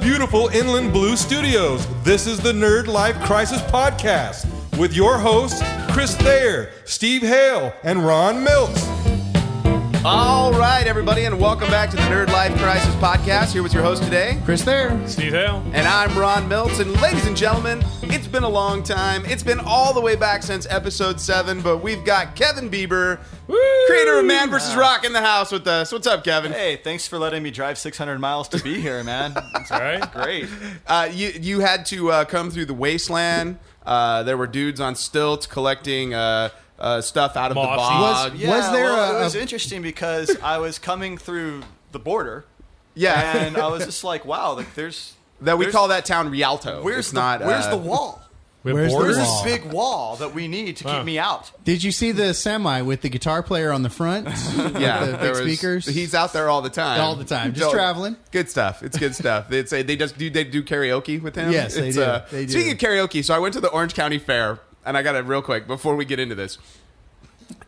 beautiful Inland Blue Studios. This is the Nerd Life Crisis Podcast with your hosts, Chris Thayer, Steve Hale, and Ron Miltz. All right, everybody, and welcome back to the Nerd Life Crisis Podcast. Here with your host today, Chris there. Steve Hale. and I'm Ron Miltz. And ladies and gentlemen, it's been a long time. It's been all the way back since episode seven, but we've got Kevin Bieber, creator of Man vs. Rock, in the house with us. What's up, Kevin? Hey, thanks for letting me drive 600 miles to be here, man. It's All right. great. Uh, you you had to uh, come through the wasteland. Uh, there were dudes on stilts collecting uh, uh, stuff out of the Moss. bog. Was- Yeah, Was there well, a- it was a- interesting because I was coming through the border, yeah, and I was just like, wow, like there's that we there's- call that town Rialto. Where's it's the not, where's uh, the wall? We have Where's the borders? Where's this wall? big wall that we need to Huh. keep me out? Did you see the semi with the guitar player on the front? yeah, With the there big was- speakers. He's out there all the time, All the time, just traveling. Good stuff. It's good stuff. They say they just do they do karaoke with him. Yes, they It's, uh, do. They do. Speaking of karaoke, so I went to the Orange County Fair, and I got it real quick before we get into this.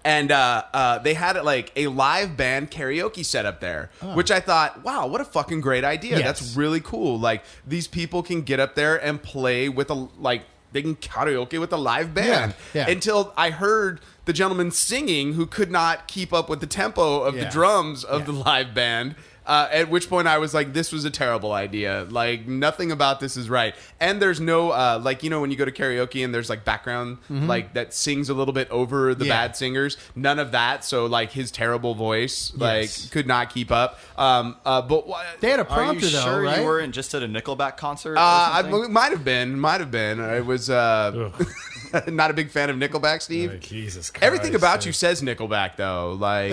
And uh, uh, they had like a live band karaoke set up there, which I thought, wow, what a fucking great idea. Oh. Yes. That's really cool. Like these people can get up there and play with a like they can karaoke with a live band Yeah, yeah. until I heard the gentleman singing who could not keep up with the tempo of the Yeah. drums of the Yeah. live band. Uh, at which point I was like, "This was a terrible idea. Like nothing about this is right." And there's no uh, like you know when you go to karaoke and there's like background like that sings a little bit over the Mm-hmm. Yeah. bad singers. None of that. So like his terrible voice Yes. like could not keep up. Um, uh, but wha- They had a Are you prompter though, sure right? you weren't just at a Nickelback concert? Or uh, I, something? it might have been, might have been. I was uh, Ugh. not a big fan of Nickelback, Steve. Like, Oh, Jesus Christ. Everything about dude. you says Nickelback though. Like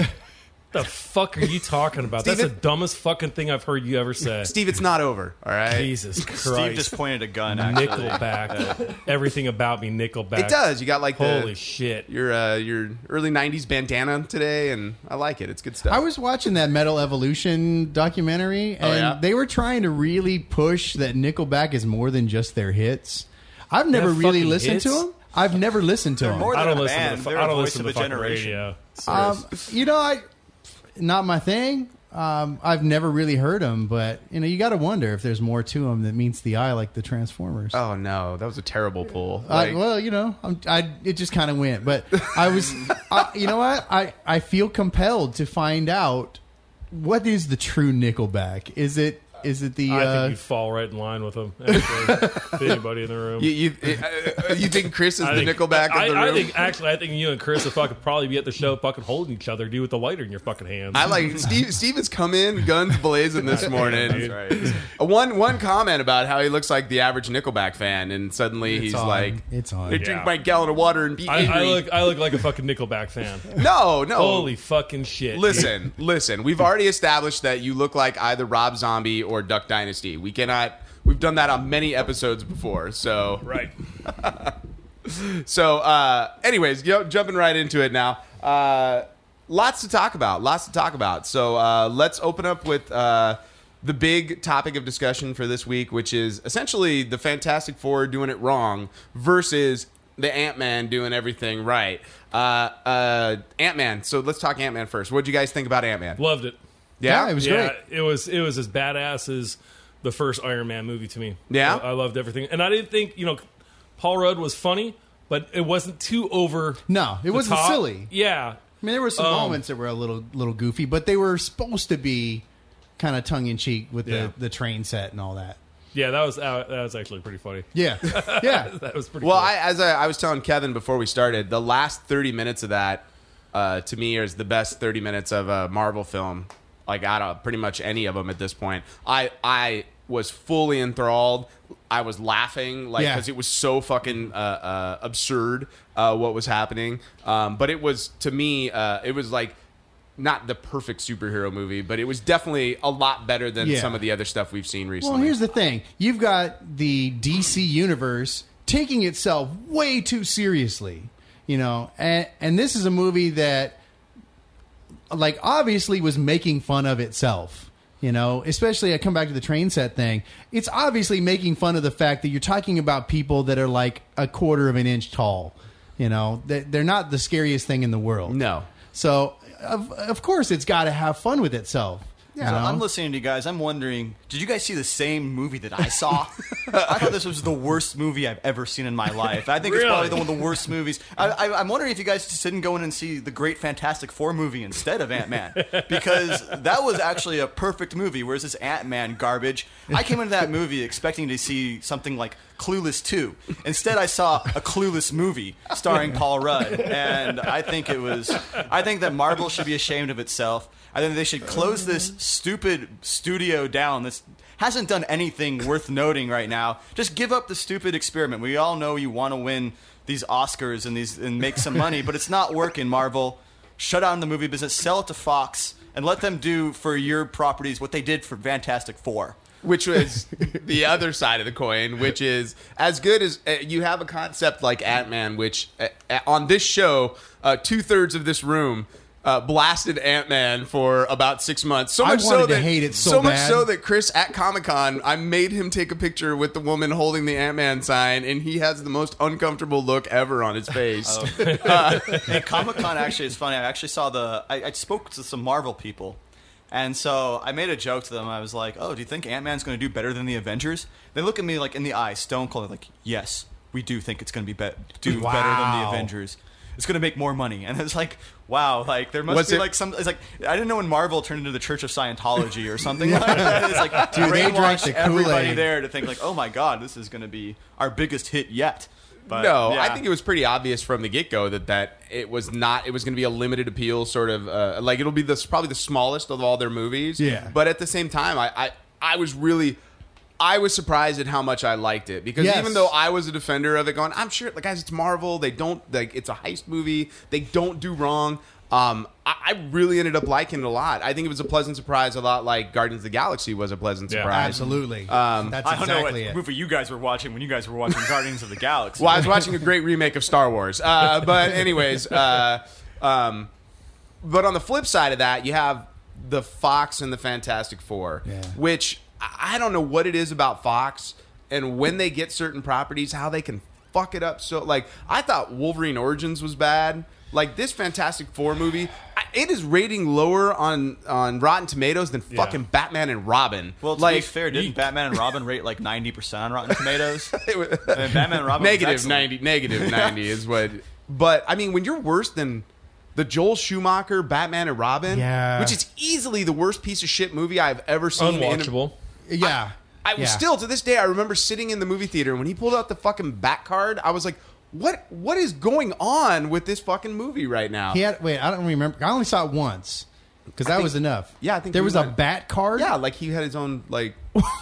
What the fuck are you talking about? Steve, That's the it- dumbest fucking thing I've heard you ever said. Steve, it's not over. All right. Jesus Steve Christ. just pointed a gun. Actually. Nickelback. Everything about me, Nickelback. It does. You got like the Holy shit. your uh, your early '90s bandana today, and I like it. It's good stuff. I was watching that Metal Evolution documentary, Oh, and yeah? they were trying to really push that Nickelback is more than just their hits. I've never They're really fucking listened to hits? them. I've never listened to They're them. more I than don't a listen band. to the, fu- They're I a don't voice listen to of the a fucking generation. radio. Uh, Um, you know, I not my thing. Um, I've never really heard them, but you know, you got to wonder if there's more to them that meets the eye, like the Transformers. oh no, that was a terrible pull. Uh, I- Like, well, you know, I'm, I it just kind of went, but I was, I, you know what? I I feel compelled to find out what is the true Nickelback. Is it is it the I uh, think you'd fall right in line with them. Actually, to anybody in the room. you, you, uh, you think Chris is I the think- Nickelback I, of the I room? think actually, I think you and Chris would fucking probably be at the show, fucking holding each other, dude, with the lighter in your fucking hands. I like Steve. Steve has come in guns blazing this morning. dude. That's right. Uh, One one comment about how he looks like the average Nickelback fan, and suddenly he's on. like, It's on. "Hey, Yeah. drink my gallon of water and be I, I angry." look, I look like a fucking Nickelback fan. no, no. Oh. Holy fucking shit! dude. Listen, listen. We've already established that you look like either Rob Zombie or Duck Dynasty. We cannot. We've done that on many episodes before. So, right? so. Uh, anyways, yo, jumping right into it now. Uh, lots to talk about. Lots to talk about. So uh, let's open up with uh, the big topic of discussion for this week, which is essentially the Fantastic Four doing it wrong versus the Ant Man doing everything right. Uh, uh, Ant Man. So let's talk Ant Man first. What do you guys think about Ant Man? Loved it. yeah, it was yeah, great. it was it was as badass as the first Iron Man movie to me. Yeah? I, I loved everything, and I didn't think you know Paul Rudd was funny, but it wasn't too over. No, it the wasn't top. silly. Yeah, I mean, there were some Um, moments that were a little little goofy, but they were supposed to be kind of tongue in cheek with Yeah. the the train set and all that. yeah, that was uh, that was actually pretty funny. Yeah, yeah. That was pretty. Well, cool. I, as I, I was telling Kevin before we started, the last 30 minutes of that, uh, to me, is the best 30 minutes of a Marvel film, like out of pretty much any of them at this point. I, I was fully enthralled. I was laughing, like, Yeah. because it was so fucking uh, uh, absurd uh, what was happening. Um, but it was, to me, uh, it was like, not the perfect superhero movie, but it was definitely a lot better than Yeah. some of the other stuff we've seen recently. Well, here's the thing: you've got the DC universe taking itself way too seriously, you know, and and this is a movie that, like, obviously was making fun of itself. You know, especially I come back to the train set thing. It's obviously making fun of the fact that you're talking about people that are like a quarter of an inch tall. You know, They- they're not the scariest thing in the world. no. So, of, of course, it's got to have fun with itself. Yeah. So I'm listening to you guys. I'm wondering, did you guys see the same movie that I saw? I thought this was the worst movie I've ever seen in my life. I think it's probably the Really? one of the worst movies. I, I, I'm wondering if you guys just didn't go in and see the Great Fantastic Four movie instead of Ant Man because that was actually a perfect movie. Whereas this Ant Man garbage, I came into that movie expecting to see something like Clueless 2. Instead, I saw a Clueless movie starring Paul Rudd, and I think it was. I think that Marvel should be ashamed of itself. I think they should close this stupid studio down. This hasn't done anything worth noting right now. Just give up the stupid experiment. We all know you want to win these Oscars and these and make some money, but it's not working. Marvel, shut down the movie business, sell it to Fox, and let them do for your properties what they did for Fantastic Four. which was the other side of the coin, which is as good as uh, you have a concept like Ant Man, which uh, uh, on this show, uh, two thirds of this room. Uh, blasted Ant Man for about six months. So I much so wanted to that hate it so much bad. so that Chris at Comic Con, I made him take a picture with the woman holding the Ant Man sign, and he has the most uncomfortable look ever on his face. At Comic Con, actually, it's funny. I actually saw the. I, I spoke to some Marvel people, and so I made a joke to them. I was like, "Oh, do you think Ant Man's going to do better than the Avengers?" They look at me like in the eye, stone cold, like, "Yes, we do think it's going to be, be- do better than the Wow. Avengers." It's gonna make more money, and it's like, wow, like there must Was be it- like some. It's like I didn't know when Marvel turned into the Church of Scientology or something like that. It's like Dude, they drank brainwashed the everybody Kool-Aid. there to think like, oh my god, this is gonna be our biggest hit yet. But no, I yeah. think it was pretty obvious from the get go that that it was not. It was going to be a limited appeal, sort of uh, like it'll be the probably the smallest of all their movies. Yeah. But at the same time, I I, I was really. I was surprised at how much I liked it because Yes. even though I was a defender of it, going, I'm sure, like guys, it's Marvel. They don't like it's a heist movie. They don't do wrong. Um, I, I really ended up liking it a lot. I think it was a pleasant surprise, a lot like Guardians of the Galaxy was a pleasant Yeah. surprise. Absolutely. Um, That's I don't exactly know what it. movie you guys were watching when you guys were watching Guardians of the Galaxy. Well, I was watching a great remake of Star Wars. Uh, but anyways, uh, um, but on the flip side of that, you have the Fox and the Fantastic Four, Yeah. which I I don't know what it is about Fox and when they get certain properties, how they can fuck it up. So, like, I thought Wolverine Origins was bad. Like this Fantastic Four movie, I- it is rating lower on on Rotten Tomatoes than fucking Batman and Robin. Well, to like be fair, didn't Yeet. Batman and Robin rate like ninety percent on Rotten Tomatoes? it was- and Batman and Oh, Robin was negative excellent. 90 negative 90 is what but i mean when you're worse than the joel schumacher batman and robin Yeah. which is easily the worst piece of shit movie i've ever seen in a- Unwatchable. yeah. i was yeah. still to this day i remember sitting in the movie theater and when he pulled out the fucking back card i was like what what is going on with this fucking movie right now He had wait. I don't remember. I only saw it once because that think- was enough. yeah, I think there we was were- a bat card. yeah like he had his own like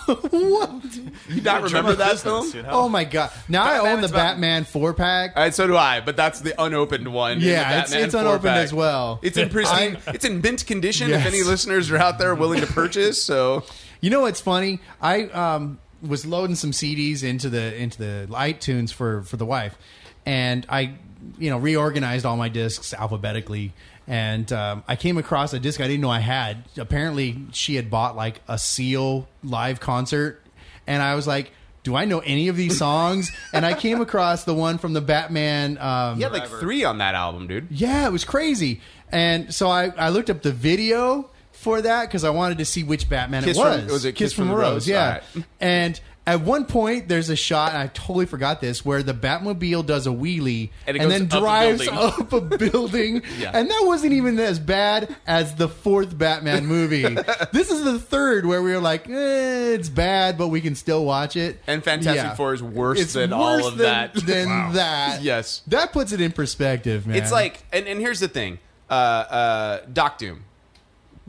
what? you not remember that film You know? Oh my god! Now I own the Batman's Batman. Batman four pack. all right, Uh, so do I, but that's the unopened one. in the Yeah, it's- Batman it's four unopened pack. as well. It's in pristine, it's in mint condition. If Yes. any listeners are out there willing to purchase, so You know what's funny? I um, was loading some CDs into the into the iTunes for for the wife, and I you know reorganized all my discs alphabetically, and um, I came across a disc I didn't know I had. Apparently, she had bought like a Seal live concert, and I was like. Do I know any of these songs? And I came across the one from the Batman. Um, He had like three on that album, dude. Yeah, it was crazy. And so I, I looked up the video for that because I wanted to see which Batman Kiss it from- was. was it Kiss from a the Rose? Yeah. All right. And at one point, there's a shot, and I totally forgot this, where the Batmobile does a wheelie And and, it then goes up a drives building. up a building. Yeah. And that wasn't even as bad as the fourth Batman movie. this is the third where we were like, eh, it's bad, but we can still watch it. And Fantastic Four is worse It's than all worse of than- that. Than that. Yes. That puts it in perspective, man. It's like, and, and here's the thing, uh, uh, Doc Doom.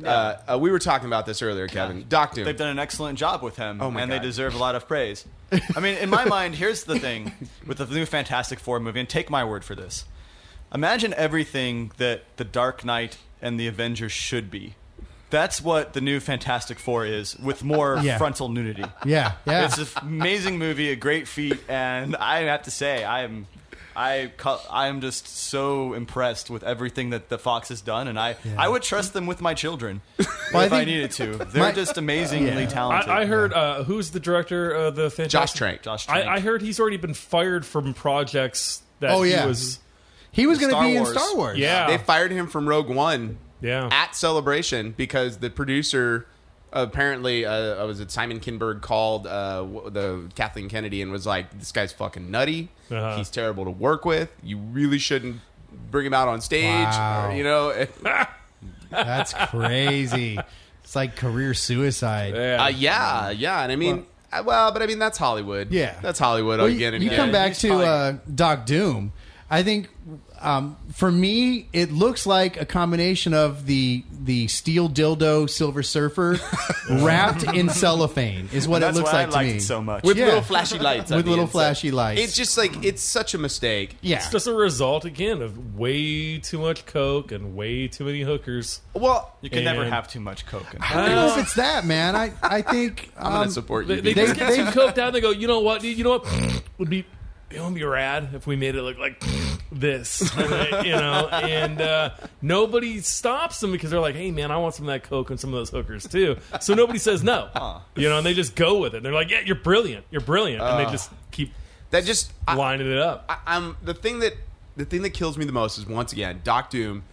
Uh, uh, we were talking about this earlier, Kevin. Doc Doom. Oh They've done an excellent job with him, my and God. they deserve a lot of praise. I mean, in my mind, here's the thing with the new Fantastic Four movie, and take my word for this. Imagine everything that the Dark Knight and the Avengers should be. That's what the new Fantastic Four is, with more Yeah. frontal nudity. yeah, yeah. It's an amazing movie, a great feat, and I have to say, I'm. I cu- I am just so impressed with everything that the Fox has done, and I, I would trust them with my children Well, I if I, think- needed to. They're My- just amazingly Yeah. talented. I, I heard uh, who's the director of the Fantastic Josh Trank. Josh I, Trank. I heard he's already been fired from projects that Oh, yeah. Mm-hmm. he was. He was going to Star be Wars. in Star Wars. Yeah, They fired him from Rogue One yeah. at Celebration because the producer apparently, uh, was it Simon Kinberg called uh, w- the Kathleen Kennedy and was like, "This guy's fucking nutty. Uh-huh. He's terrible to work with. You really shouldn't bring him out on stage. Wow. Or, you know, That's crazy. it's like career suicide. Yeah. Uh, yeah, yeah, and I mean, uh, well, but I mean that's Hollywood. Yeah. that's Hollywood Well, again. you, and you again. come back He's to fine. uh, Doc Doom. I think um, for me, it looks like a combination of the the steel dildo Silver Surfer wrapped in cellophane is what it That's looks why like I to liked me. it so much. with Yeah. little flashy lights. on With the little inside. flashy lights. It's just like it's such a mistake. yeah, It's just a result again of way too much coke and way too many hookers. Well, you can never And- have too much coke. In I don't know if it's that man. I I think I'm gonna um, support you. They, they, because- just get too coked out. And they go, you know what, dude? You know what would be it would be rad if we made it look like this, And they- you know. And uh, nobody stops them because they're like, hey man, I want some of that coke and some of those hookers too. So nobody says no, you know. And they just go with it. They're like, yeah, you're brilliant, you're brilliant, and they Uh. just keep that just I- lining it up. I, I'm the thing that the thing that kills me the most is once again Doc Doom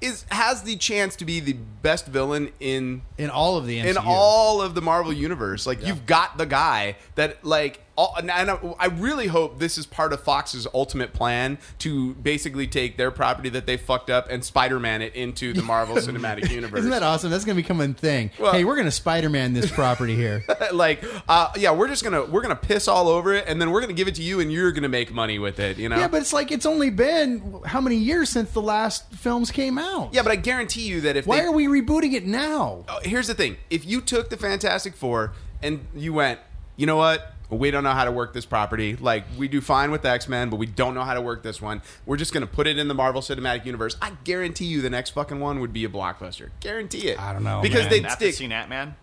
is has the chance to be the best villain in in all of the MCU. in all of the Marvel universe. Like you've got the guy that like all, and I, I really hope this is part of Fox's ultimate plan to basically take their property that they fucked up and Spider-Man it into the Marvel Cinematic Universe. Isn't that awesome? That's going to become a thing. Well- hey, we're going to Spider-Man this property here. like uh, yeah, we're just going to we're going to piss all over it and then we're going to give it to you and you're going to make money with it, you know? yeah, but it's like it's only been how many years since the last films came out? Yeah, but I guarantee you that if Why they, are we rebooting it now? Oh, here's the thing: if you took the Fantastic Four and you went, you know what? We don't know how to work this property. Like we do fine with X Men, but we don't know how to work this one. We're just gonna put it in the Marvel Cinematic Universe. I guarantee you, the next fucking one would be a blockbuster. Guarantee it. I don't know, because man. they'd after stick. seeing Ant Man,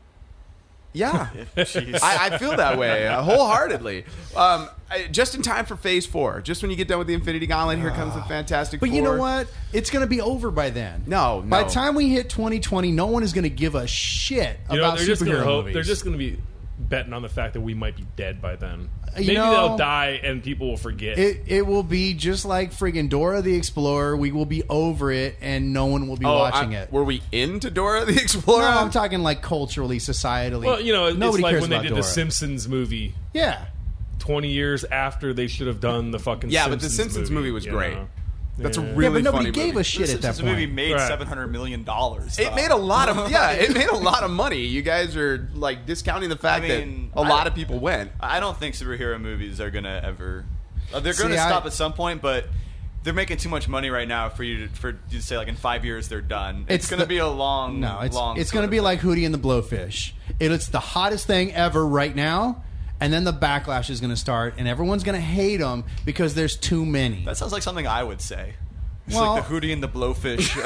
Yeah, jeez. I, I feel that way uh, wholeheartedly. Um, I- just in time for Phase Four. Just when you get done with the Infinity Gauntlet, here comes the Fantastic Ah. But Four. you know what? It's going to be over by then. No, By no. the time we hit 2020, no one is going to give a shit You know, about they're just superhero gonna hope movies. they're just gonna be betting on the fact that we might be dead by then. Uh, You Maybe know- they'll die and people will forget. It, it will be just like friggin' Dora the Explorer. We will be over it, and no one will be Oh, watching I- it. Were we into Dora the No, Explorer? I'm talking like culturally, societally. well, you know, nobody it's like cares when they about did Dora. the Simpsons movie Yeah, 20 years after they should have done the fucking Yeah, Simpsons but the Simpsons movie, was you great. know? That's Yeah. a yeah, really but nobody funny gave movie. a shit at that this point. movie made Right. seven hundred million dollars. It made a lot of yeah. It made a lot of money. You guys are like discounting the fact I mean, that a I- lot of people went. I don't think superhero movies are gonna ever. uh, they're See, gonna I- stop at some point, but they're making too much money right now for you to, for you to say like in five years they're done. It's, It's gonna the- be a long, No, it's long. it's sort going to of be thing. like Hootie and the Blowfish. It, it's the hottest thing ever right now, and then the backlash is going to start, and everyone's going to hate them because there's too many. that sounds like something I would say. It's Well- like the Hootie and the Blowfish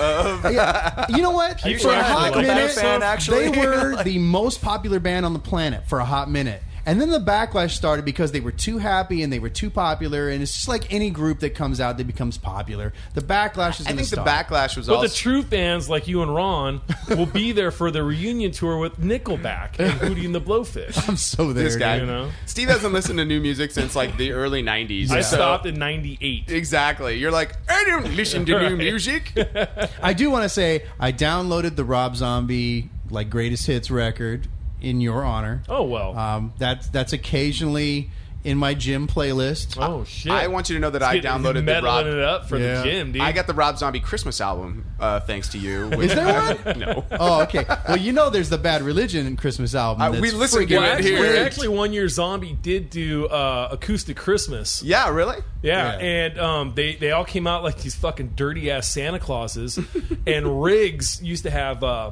of Yeah. You know what? You For a actually hot like that minute, fan, actually? they were the most popular band on the planet for a hot minute. And then the backlash started because they were too happy and they were too popular. And it's just like any group that comes out that becomes popular. The backlash is I going to think the start. backlash was But also the true fans like you and Ron will be there for the reunion tour with Nickelback and Hootie and the Blowfish. I'm so there. this guy. you know? Steve hasn't listened to new music since like the early '90s. I so- stopped in 98. Exactly. You're like I don't listen to new Right. music. dude. I do want to say I downloaded the Rob Zombie like greatest hits record in your honor. Oh, well. Uh, um, that's that's occasionally in my gym playlist. oh, shit. I want you to know that I Get downloaded the Rob. meddling it up for Yeah. the gym, dude. I got the Rob Zombie Christmas album uh, thanks to you. Which Is there one? no. oh, okay. Well, you know, the's the Bad Religion Christmas album. Uh, that's we listened to friggin' it Well, actually, here. actually, one year Zombie did do uh, acoustic Christmas. Yeah, really? Yeah, Yeah. and um, they they all came out like these fucking dirty ass Santa Clauses, and Riggs used to have. Uh,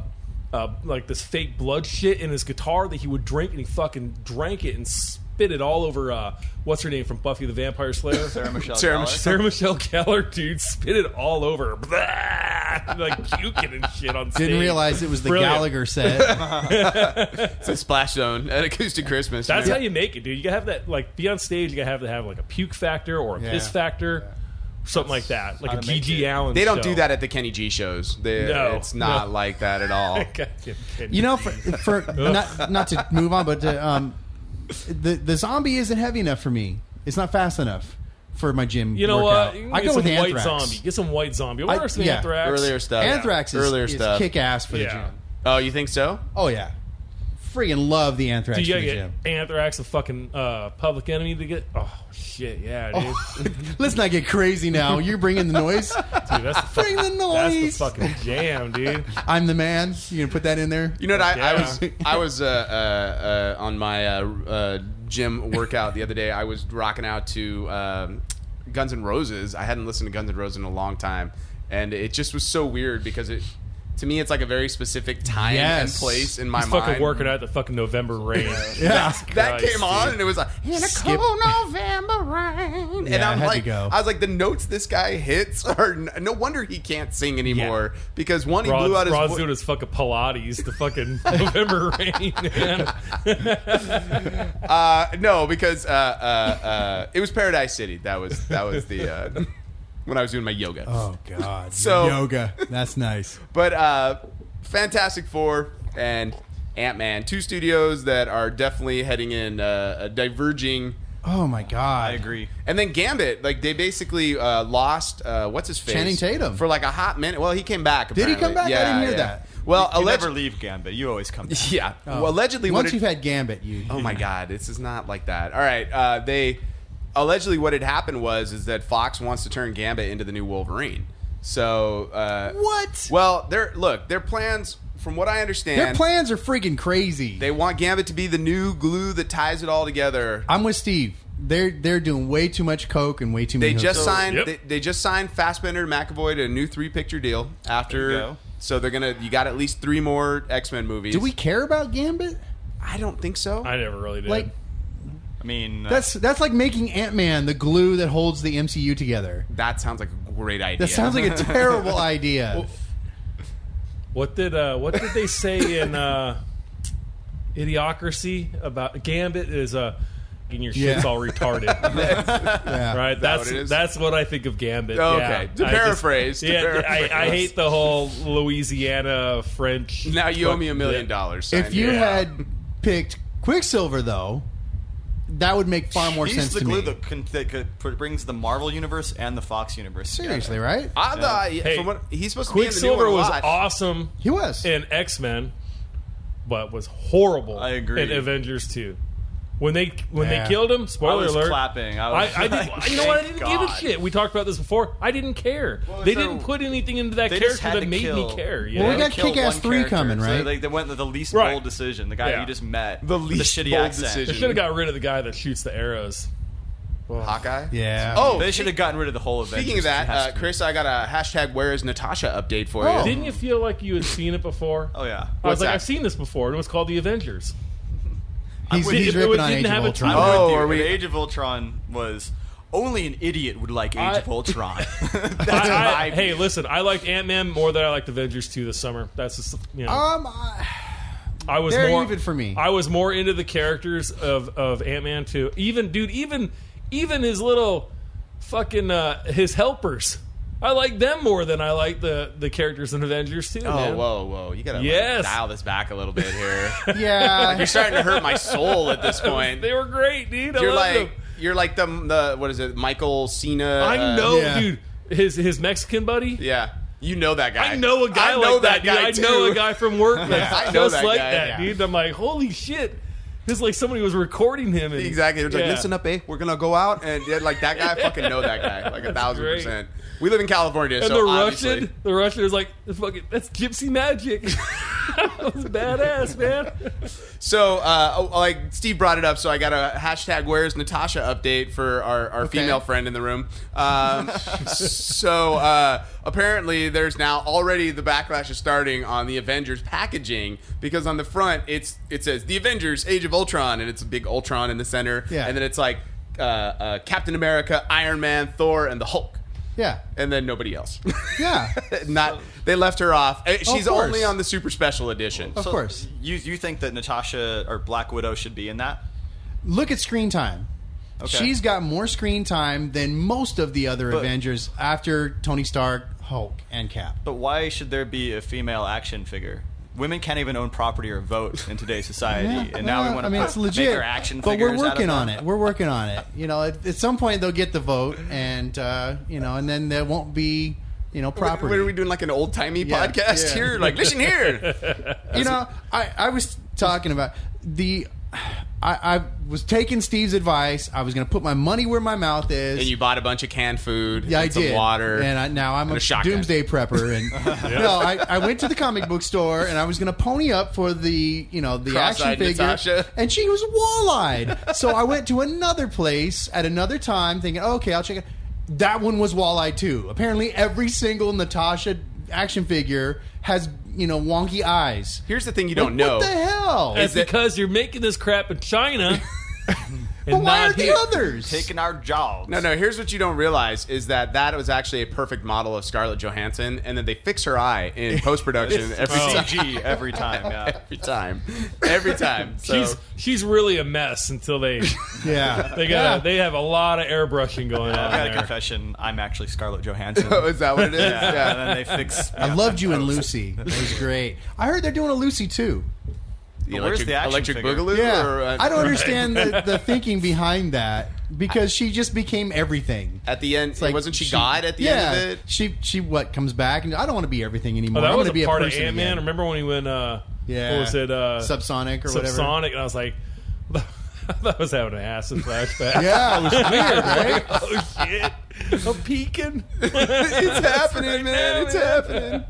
uh, like this fake blood shit in his guitar that he would drink, and he fucking drank it and spit it all over. Uh, what's her name from Buffy the Vampire Slayer? Sarah Michelle Sarah Gellar. Michelle- Sarah Michelle Gellar, dude, spit it all over, Blah! like puking and shit on stage. Didn't realize it was the Brilliant. Gallagher set. It's a splash zone at Acoustic Christmas. That's Yeah. how you make it, dude. You gotta have that, like, be on stage. You gotta have to have like a puke factor or a Yeah. piss factor, something like that, like a how to make GG it. Allen. They don't show. do that at the Kenny G shows. They, No, it's not no. Oh like that at all. Goddamn Kenny. You know, for, for not not to move on, but to, um, the the zombie isn't heavy enough for me. It's not fast enough for my gym. You know workout. what? You can I get go some with white Anthrax. zombie. Get some white zombie. I- What are some yeah. anthrax? Earlier stuff. Anthrax is, Earlier is stuff. kick ass for Yeah. the gym. Oh, you think so? Oh yeah. freaking love the Anthrax. Dude, you for gotta the get gym. Anthrax a fucking uh, Public Enemy to get. Oh shit, yeah, dude. Let's not get crazy now. You're bringing the noise. dude that's the fuck- Oh, Bring the That's the noise. fucking jam, dude. I'm the man. You gonna put that in there? You know what? I, I yeah. was I was uh, uh, uh, on my uh, uh, gym workout the other day. I was rocking out to um, Guns N' Roses. I hadn't listened to Guns N' Roses in a long time, and it just was so weird because it to me it's like a very specific time and Yes. place in my He's mind. fucking working out the fucking November rain. Yeah. That Christ, came on and it was like in a Skip. cold November rain, and Yeah, it I'm had to like, go. I was like, the notes this guy hits are n- no wonder he can't sing anymore because one he blew out Rod's, his Rod's vo- doing his fucking Pilates to fucking November rain, man. Uh, no, because uh, uh, uh, it was Paradise City. That was that was the uh, when I was doing my yoga. Oh God. So- yoga. That's nice. But uh, Fantastic Four and Ant Man, two studios that are definitely heading in uh, a diverging. Oh my God. I agree. And then Gambit, like they basically uh, lost uh, what's his face Channing Tatum. for like a hot minute. Well, he came back. he Apparently. come back? I Yeah, didn't hear yeah. that. Well, You allegedly, never leave Gambit. You always come. Back. yeah. Well, allegedly, what Oh. Once it- you've had Gambit, you. Oh my God, this is not like that. All right, uh, they allegedly what had happened was is that Fox wants to turn Gambit into the new Wolverine. So uh, What? Well, their look, their plans, from what I understand, Their plans are freaking crazy. they want Gambit to be the new glue that ties it all together. I'm with Steve. They're they're doing way too much coke and way too many. They just hooks. signed. Yep. They, they just signed Fassbender and McAvoy to a new three-picture deal There you after. go. So they're gonna. You got at least three more X-Men movies. Do we care about Gambit? I don't think so. I never really did. Like I mean, uh, that's that's like making Ant Man the glue that holds the MCU together. that sounds like a great idea. That sounds like a terrible idea. what did uh, what did they say in uh, Idiocracy about Gambit is uh, and your shit's Yeah. all retarded. yeah. Right, that that's what it is? Oh, that's what I think of Gambit. Okay, yeah. to I just- paraphrase, to yeah, paraphrase. I, I hate the whole Louisiana French. Now you owe me a million Yeah. dollars. If sign you here. had picked Quicksilver, though, that would make far more he's sense the to glue me. that, con- that co- brings the Marvel universe and the Fox universe. together. Seriously, right? I thought Hey, from what he's supposed to be in the new Quicksilver one was Watch. awesome He was. in X Men, but was horrible. I agree. In Avengers Two, when they when Yeah. they killed him, I spoiler was alert. clapping. I, I, was I did, like, you know what? I "Thank didn't give a Oh God." shit. We talked about this before. I didn't care. Well, they so didn't put anything into that They character just had that to made kill. me care. You Well, we know? They got killed one Kick-Ass 3 character, coming, so right? they, they went with the least Right. bold decision. The guy Yeah. you just met. The with least the shitty bold accent. decision. they should have got rid of the guy that shoots the arrows. Hawkeye. yeah. Oh, They should have gotten rid of the whole event. Speaking of that, uh, Chris, I got a hashtag Where is Natasha update for you. Oh. Didn't you feel like you had seen it before? oh yeah. I was What's like, that? I've seen this before, and it was called The Avengers. he's, I'm with he's you. It ripping on didn't Age of have a Ultron. time- Oh, With you, are but we- Age of Ultron was only an idiot would like Age I- of Ultron. That's I- I- my hey, listen, I liked Ant Man more than I liked Avengers 2 this summer. That's just, you know, Um, I- I was they're more even for me. I was more into the characters of of Ant Man 2. Even dude, even even his little fucking uh, his helpers. I like them more than I like the the characters in Avengers 2. Oh, man. whoa, whoa! You gotta like, Yes. dial this back a little bit here. yeah. you're starting to hurt my soul at this point. They were great, dude. I You're loved like, them. you're like the the what is it? Michael Cena. I uh, know, Yeah. dude. His his Mexican buddy. Yeah, you know that guy. I know a guy I like know that, dude. I guy know too. a guy from work that's I know just that like guy, that, yeah. dude. I'm like, holy shit. It's like somebody was recording him. And, Exactly. It's like, Yeah. listen up, eh? We're gonna go out and yeah, like that guy. I fucking know that guy. Like a thousand great. percent. We live in California, And so the obviously- Russian, the Russian is like, fucking, that's gypsy magic. that was badass, man. So, uh, oh, like Steve brought it up, so I got a hashtag Where's Natasha update for our, our Okay. female friend in the room. Um, so, uh, apparently, there's now already the backlash is starting on the Avengers packaging because on the front it's it says the Avengers Age of Ultron and it's a big Ultron in the center, Yeah. and then it's like uh, uh, Captain America, Iron Man, Thor, and the Hulk, yeah. and then nobody else. Yeah. Not they left her off. Eh, She's Oh. course. only on the super special edition. Of course. You you think that Natasha or Black Widow should be in that? Look at screen time. Okay. She's got more screen time than most of the other But- Avengers after Tony Stark, Hulk, and Cap. But why should there be a female action figure? Women can't even own property or vote in today's society, Yeah, and now well, we want I to mean, put, it's legit. make her action but figures. we're out of working them. on it. We're working on it. You know, at, at some point they'll get the vote, and uh, you know, and then there won't be you know property. What are we doing? Like an old timey Yeah. podcast Yeah. here? Like, listen here. you know, I, I was talking about the. I, I was taking Steve's advice. I was going to put my money where my mouth is. And you bought a bunch of canned food, Yeah, and I some did. water, and I, now I'm and a, a shotgun. doomsday prepper. And no, I, I went to the comic book store and I was going to pony up for the you know the action Cross-eyed figure, Natasha. and she was wall-eyed. so I went to another place at another time, thinking, oh, okay, I'll check it. That one was wall-eyed too. Apparently, every single Natasha action figure has you know wonky eyes. Here's the thing you Like, don't know. what the hell. That's Is it- because you're making this crap in China. and but why not aren't the here. others? Taking our jobs. No, no. Here's what you don't realize is that that was actually a perfect model of Scarlett Johansson, and then they fix her eye in post production every, Oh. time. CG every time. Yeah. every time, every time. So She's she's really a mess until they yeah, they got they have a lot of airbrushing going on I've got a there. confession. I'm actually Scarlett Johansson. Oh, is that what it is? yeah. Yeah. And then they fix. I loved you in Lucy. It was great. I heard they're doing a Lucy too. The But where's electric, the action electric figure? boogaloo? Yeah, or, uh, I don't understand the, the thinking behind that because she just became everything. At the end, Like, wasn't she, God at the yeah, end of it? She she what comes back and I don't want to be everything Oh, anymore. that I want was to a be part a of person Ant Man. again. Remember when he went uh Yeah, what was it uh subsonic or whatever? subsonic and I was like I was having an acid flashback. Yeah, it was weird, right? oh shit. I'm peeking. it's happening, man. now, it's happening.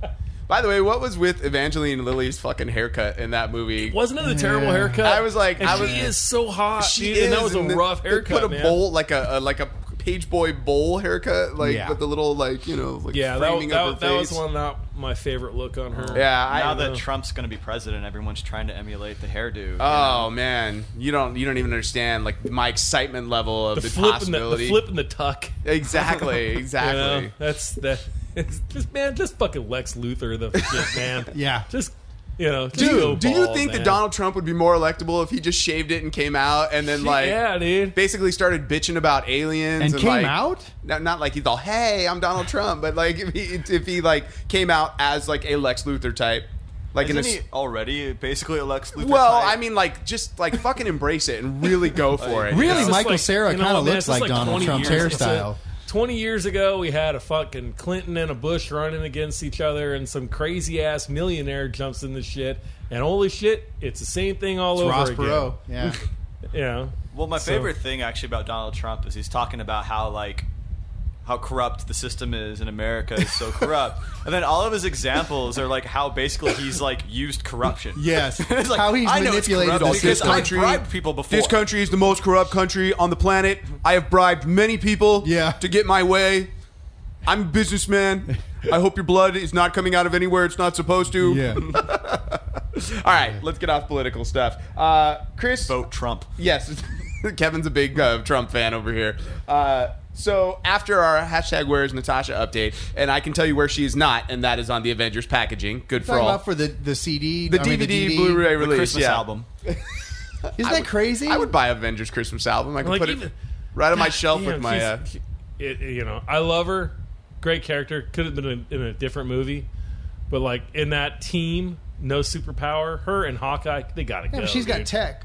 By the way, what was with Evangeline Lilly's fucking haircut in that movie? Wasn't it a terrible Yeah. haircut? I was like- and I was- she is so hot. she dude, is, and that was a and they- rough they haircut. Put a man. bowl like a, a like a page boy bowl haircut, like Yeah. with the little like you know like Yeah, that, framing of that, her that was face. one not my favorite look on her. Yeah, I Now that Trump's going to be president, everyone's trying to emulate the hairdo. Oh man, you don't you don't even understand like my excitement level of the the, flip and the, the possibility. flip and the tuck. Exactly, You exactly. know, that's that. It's just man, just fucking Lex Luthor the shit, man. Yeah. just you know, just go Dude, do you bald, think man. that Donald Trump would be more electable if he just shaved it and came out and then like yeah, dude. basically started bitching about aliens And and, came like, out? Not, not like he's all, "Hey, I'm Donald Trump," but like if he, if he like came out as like a Lex Luthor type, like Isn't in a s- he already basically a Lex Luthor? well, type? I mean, like just like fucking embrace it and really go for it. Really, It's just Michael like- Sarah you know, kind of man, looks it's just like Donald 20 Trump's years- it's a- hairstyle. Twenty years ago, we had a fucking Clinton and a Bush running against each other, and some crazy ass millionaire jumps in the shit, and holy shit, it's the same thing all It's over Ross again. Perot. Yeah, You know, Well, my So- favorite thing actually about Donald Trump is he's talking about how like how corrupt the system is in America is so corrupt, and then all of his examples are like how basically he's like used corruption. yes. It's like, How he's I know it's manipulated corrupt all because this I country. bribed people before. This country is the most corrupt country on the planet. I have bribed many people Yeah. to get my way. I'm a businessman. I hope your blood is not coming out of anywhere it's not supposed to. Yeah, All right, let's get off political stuff. Uh, Chris, vote Trump. yes, Kevin's a big uh, Trump fan over here. Uh, so after our hashtag Where's Natasha update, and I can tell you where she is not, and that is on the Avengers packaging. Good for talking all. about for the the CD, the I mean, DVD, the DVD. Blu-ray The release, Christmas yeah. album. Isn't I that would- crazy? I would buy Avengers Christmas album. I could Like put it even- right on my shelf Damn, with my. Uh, she's- it, you know, I love her. Great character. Could have been in, in a different movie, but like in that team, no superpower. Her and Hawkeye, they got to Yeah, go. but she's got dude. tech.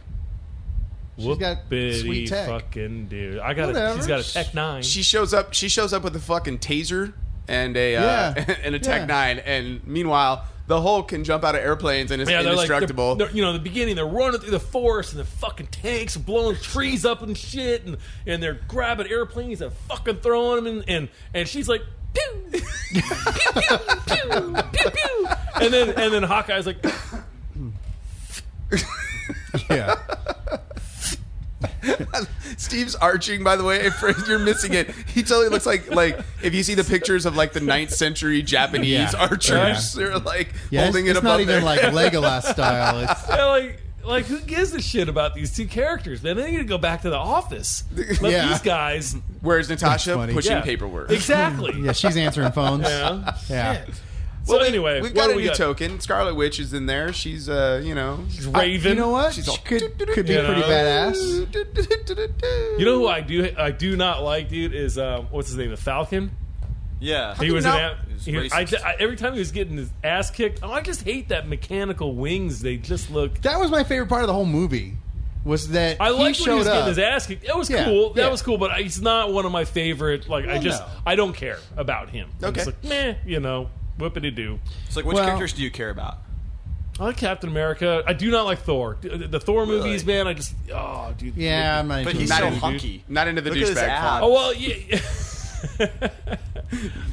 She's got sweet tech. fucking dude. I got. A, Whatever. she's got a tech nine. she shows up. She shows up with a fucking taser and a uh, Yeah. and a Tech Yeah. Nine. And meanwhile, the Hulk can jump out of airplanes and is yeah, they're like, they're- indestructible. they're- you know, in the beginning, they're running through the forest and the fucking tanks are blowing trees up and shit, and, and they're grabbing airplanes and fucking throwing them, and and, and she's like, pew, pew, pew, pew, pew, pew, and then and then Hawkeye's like, Yeah, Steve's arching, by the way. If you're missing it, he totally looks like like if you see the pictures of like the 9th century Japanese Yeah. archers, they're like yeah. It's, holding it it's above not even their like Legolas style. It's yeah, like. Like who gives a shit about these two characters? Then they need to go back to the office. Let Yeah. these guys Whereas Natasha funny. pushing yeah. paperwork. Exactly. Yeah, she's answering phones. You know? Yeah. So anyway, we've what got do a we new got? token. Scarlet Witch is in there. She's uh, you know, Raven. You know what? She's She's all- could could be You pretty know? badass. You know who I do I do not like, dude, is um, what's his name, the Falcon. Yeah. He was you an not- a- He's he- I racist. ju- I- every time he was getting his ass kicked. Oh, I just hate that mechanical wings. They just look. That was my favorite part of the whole movie. Was that I he like when showed he was up? getting his ass kicked. That was Yeah, cool. That yeah. was cool, but he's not one of my favorite. Like I Well, just no. I don't care about him. I'm Okay. just like, meh, you know, whoopity doo. It's like which Well- characters do you care about? I like Captain America. I do not like Thor. The the Thor movies, man. I just oh dude. Yeah, I'm not But into he's it. so into- hunky. Not into the Look at his douchebag abs. font. Oh well, yeah.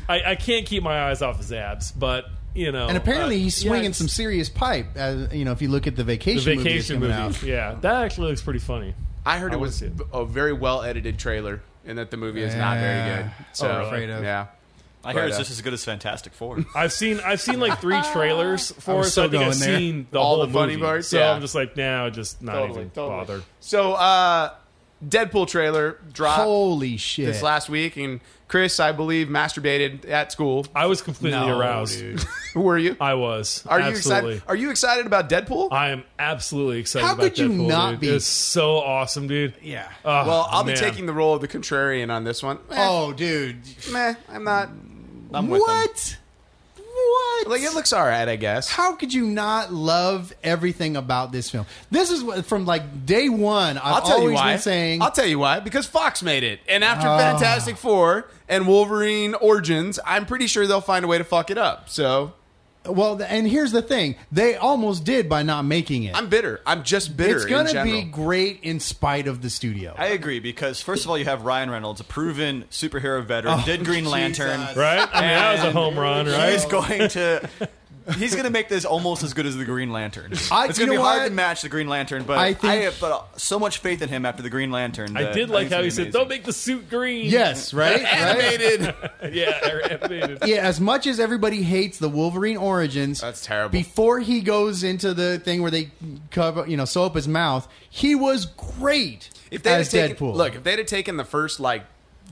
I, I can't keep my eyes off his abs, but you know. and apparently uh, he's yeah, swinging it's some serious pipe. As, you know, if you look at the vacation, the vacation movie movie. that's coming out. Yeah, that actually looks pretty funny. I heard I it would was see it. a very well edited trailer, and that the movie is not very Yeah. good. Oh, So afraid of. yeah, I hear Right it's up. just as good as Fantastic Four. I've seen I've seen like three trailers for was it, so I so think I've going there. seen the All whole the funny movie. parts, So yeah. I'm just like, now, just not even bother. So uh, Deadpool trailer dropped Holy shit! this last week, and Chris, I believe, masturbated at school. I was completely No, aroused. dude. Who were you? I was. Are absolutely. you excited? Are you excited about Deadpool? I am absolutely excited. How about could you Deadpool, not dude. be? It's so awesome, dude. yeah. Oh, well, I'll be man. taking the role of the contrarian on this one. Eh, oh, dude. meh, I'm not. I'm with them. What? What? Like it looks all right, I guess. How could you not love everything about this film? This is what from like day one. I've I'll tell always you why. been saying. Oh. I'll tell you why. Because Fox made it, and after Fantastic Four and Wolverine Origins, I'm pretty sure they'll find a way to fuck it up. So well, th- and here's the thing: they almost did by not making it. I'm bitter. I'm just bitter. it's going gonna to be great in spite of the studio. I agree because first of all, you have Ryan Reynolds, a proven superhero veteran, Oh, did Green Lantern. Right? I mean, that was a home run, right? He's going to. He's going to make this almost as good as the Green Lantern. I- it's going to be you know hard what? to match the Green Lantern, but I I, think- have uh, so much faith in him after the Green Lantern. I that did like think it's how gonna he be said, amazing. "Don't make the suit green." yes, right, right. animated. yeah, er, they're animated. Yeah, as much as everybody hates the Wolverine origins, That's terrible. Before he goes into the thing where they cover, you know, sew up his mouth, he was great if they as had taken, Deadpool. look, if they'd have taken the first like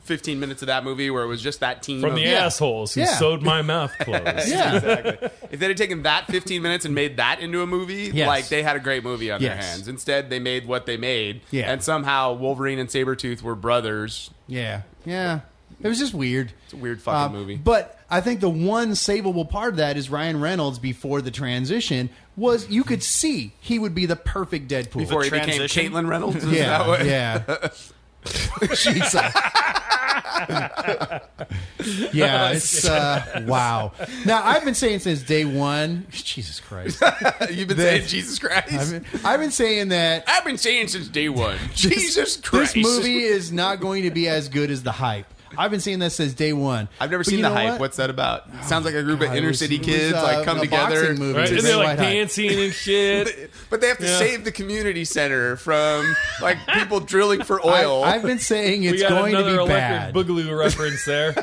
15 minutes of that movie where it was just that team From of- the assholes who Yeah. sewed my mouth closed. yeah, Exactly. If they had taken that 15 minutes and made that into a movie, Yes. like they had a great movie on their Yes. hands. Instead, they made what they made. Yeah. And somehow Wolverine and Sabretooth were brothers. yeah, yeah. It was just weird. It's a weird fucking movie. Uh, But I think the one savable part of that is Ryan Reynolds before the transition was you could see he would be the perfect Deadpool. Before he became transition? Caitlin Reynolds. Is that yeah, what- yeah. Jesus. yeah, it's uh, wow. Now I've been saying since day one. Jesus Christ, You've been saying Jesus Christ. I've been, I've been saying that I've been saying since day one. this- Jesus Christ. this movie is not going to be as good as the hype. I've been saying that since day one. I've never But seen you the know hype. what? Oh What's that about? sounds like a group God, of it inner was- city it was, kids uh, like come a together. boxing movie. Right? It's And just they're white like hot. dancing and shit. But they have to Yeah. save the community center from like people drilling for oil. I, have been saying we it's got going to another be electric bad boogaloo reference there.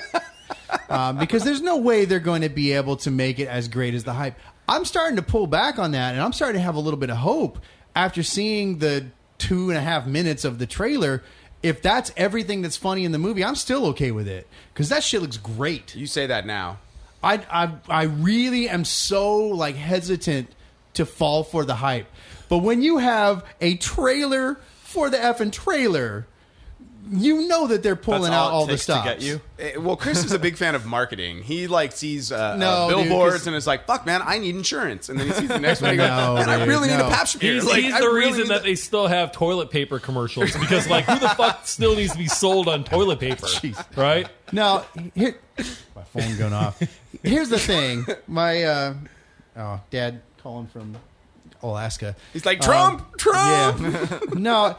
um, because there's no way they're going to be able to make it as great as the hype. I'm starting to pull back on that, and I'm starting to have a little bit of hope after seeing the two and a half minutes of the trailer. If that's everything that's funny in the movie, I'm still okay with it because that shit looks great. you say that now. I, I I really am so like hesitant to fall for the hype, but when you have a trailer for the effing trailer, you know that they're pulling That's out all it all the takes to stuff. get you. Eh, Well, Chris is a big fan of marketing. He like sees uh, uh, No, dude, billboards 'cause- and is like, "Fuck, man, I need insurance." And then he sees the next one and he goes, No, "Man, I dude, really need a no. pap smear." He's, Like, he's I the really reason need that they still have toilet paper commercials because, like, who the fuck still needs to be sold on toilet paper, right? Now, here, my phone going off. Here's the thing. My uh, oh, dad calling from Alaska. Um, He's like, "Trump, Trump." Yeah. No,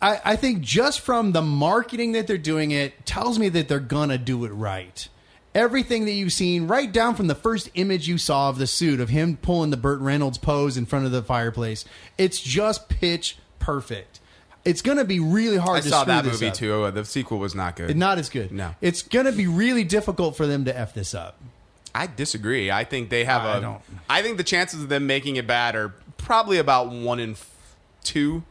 I, I think just from the marketing that they're doing it tells me that they're gonna do it right. Everything that you've seen, right down from the first image you saw of the suit of him pulling the Burt Reynolds pose in front of the fireplace, it's just pitch perfect. It's gonna be really hard. I to saw screw that this movie up. too. Uh, The sequel was not good. Not as good. No. It's going to be really difficult for them to F this up. I disagree. I think they have I a. don't. I think the chances of them making it bad are probably about one in f- two.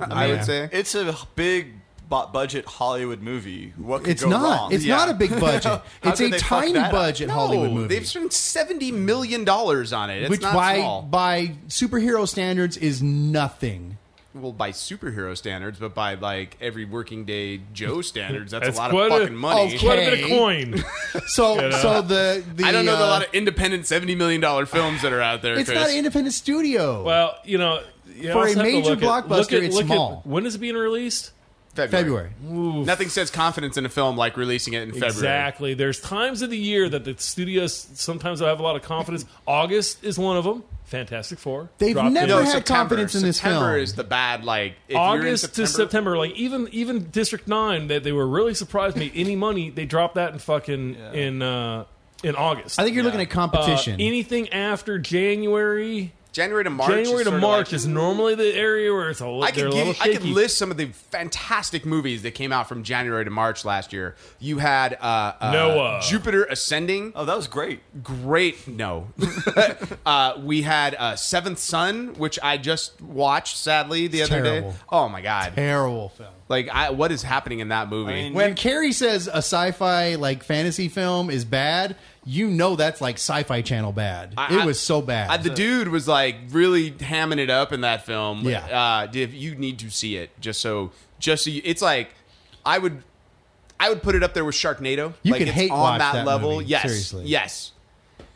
I Yeah. would say. It's a big bu- budget Hollywood movie. What could It's go not. wrong? It's Yeah. not a big budget. How it's could a they fuck tiny that up? budget Hollywood movie. They've spent seventy million dollars on it. It's which not by small. by superhero standards is nothing. well, by superhero standards, but by like every working day Joe standards, that's, That's a lot quite of a- Oh, fucking money. Okay. Quite a bit of Hey. coin. So know? so the, the I don't know the, uh, a lot of independent seventy million dollar films that are out there. It's Chris. not an independent studio. Well, you know, you For a also have to major look at- look blockbuster, at- it's look at- small. when is it being released? February. Nothing says confidence in a film like releasing it in February. Exactly. There's times of the year that the studios sometimes don't have a lot of confidence. August is one of them. Fantastic Four. They've dropped never in. had confidence in this September film. is the bad like if you're in August September, to September, like even even District Nine, that they, were really surprised me. Any money they dropped that in fucking in uh, in August. I think you're looking at Uh, competition. anything after January, January to March. January is to sort of March like- is normally the area where it's a, li- I they're could a give, little you- I could shaky. list some of the fantastic movies that came out from January to March last year. You had uh, uh, Noah. Jupiter Ascending, Oh, that was great. great. No, uh, we had uh, Seventh Son, which I just watched sadly the It's other terrible. day. Oh my god! Terrible film. Like, I, what is happening in that movie? I mean, When Carrie says a sci-fi like fantasy film is bad, you know that's like Sci-Fi Channel bad. I- it was so bad. I- the dude was like really hamming it up in that film. Yeah. uh, if you need to see it, just so, just so you, it's like, I would, I would put it up there with Sharknado. You like could it's hate on watch that, that level. movie, Yes, seriously. yes.